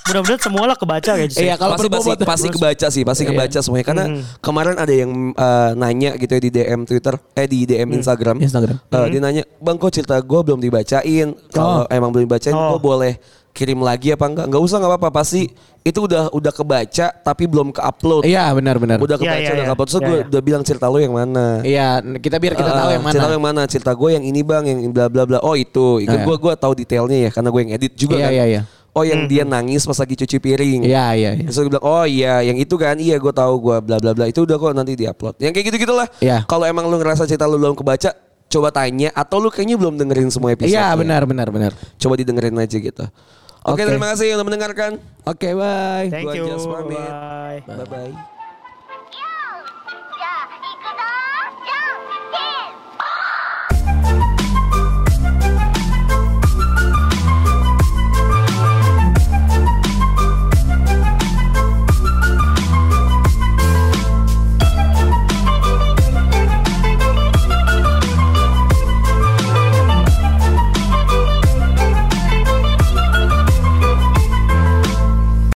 [SPEAKER 4] mudah-mudahan semua lah kebaca guys
[SPEAKER 2] Iya, kalau Iya,
[SPEAKER 3] pasti, pasti,
[SPEAKER 2] berbobot.
[SPEAKER 3] pasti kebaca sih, pasti kebaca semuanya karena
[SPEAKER 2] Hmm.
[SPEAKER 3] kemarin ada yang eh, nanya gitu ya di DM Twitter, eh di DM Instagram.
[SPEAKER 2] Hmm. Instagram. Hmm.
[SPEAKER 3] Eh, Dia nanya, "Bang, kok cerita gue belum dibacain? Kalau emang belum dibacain,
[SPEAKER 4] Oh.
[SPEAKER 3] gue boleh kirim lagi apa enggak?" Enggak usah, enggak apa-apa, pasti itu udah udah kebaca tapi belum ke-upload.
[SPEAKER 2] Iya, benar, benar.
[SPEAKER 3] Udah
[SPEAKER 4] Iya,
[SPEAKER 3] kebaca,
[SPEAKER 4] iya,
[SPEAKER 3] udah
[SPEAKER 4] iya.
[SPEAKER 3] ke-upload. So,
[SPEAKER 4] Iya,
[SPEAKER 3] gue
[SPEAKER 4] iya.
[SPEAKER 3] udah bilang cerita lo yang mana.
[SPEAKER 2] Iya, kita biar kita tahu
[SPEAKER 3] Eh,
[SPEAKER 2] yang mana.
[SPEAKER 3] Cerita lo yang mana? Cerita gue yang ini bang, yang bla bla bla. Oh itu,
[SPEAKER 2] Nah,
[SPEAKER 3] gue gue tahu detailnya ya, karena gue yang edit juga
[SPEAKER 2] Iya,
[SPEAKER 3] kan.
[SPEAKER 2] iya, iya.
[SPEAKER 3] Oh yang dia nangis pas lagi cuci piring.
[SPEAKER 2] Iya, iya, iya.
[SPEAKER 3] Terus gue bilang, oh iya yang itu kan, iya gue tahu gue bla bla bla. Itu udah kok nanti diupload. Yang kayak gitu gitulah.
[SPEAKER 2] Iya.
[SPEAKER 3] Kalau emang lu ngerasa cerita lu belum kebaca, coba tanya atau lu kayaknya belum dengerin semua episode.
[SPEAKER 2] Iya,
[SPEAKER 3] ya.
[SPEAKER 2] benar, benar, benar.
[SPEAKER 3] Coba didengerin aja gitu.
[SPEAKER 2] Oke.
[SPEAKER 3] Oke, terima kasih yang udah mendengarkan.
[SPEAKER 2] Oke, bye.
[SPEAKER 4] thank
[SPEAKER 3] Gua
[SPEAKER 4] you
[SPEAKER 3] Jas pamit.
[SPEAKER 4] bye
[SPEAKER 3] Bye bye.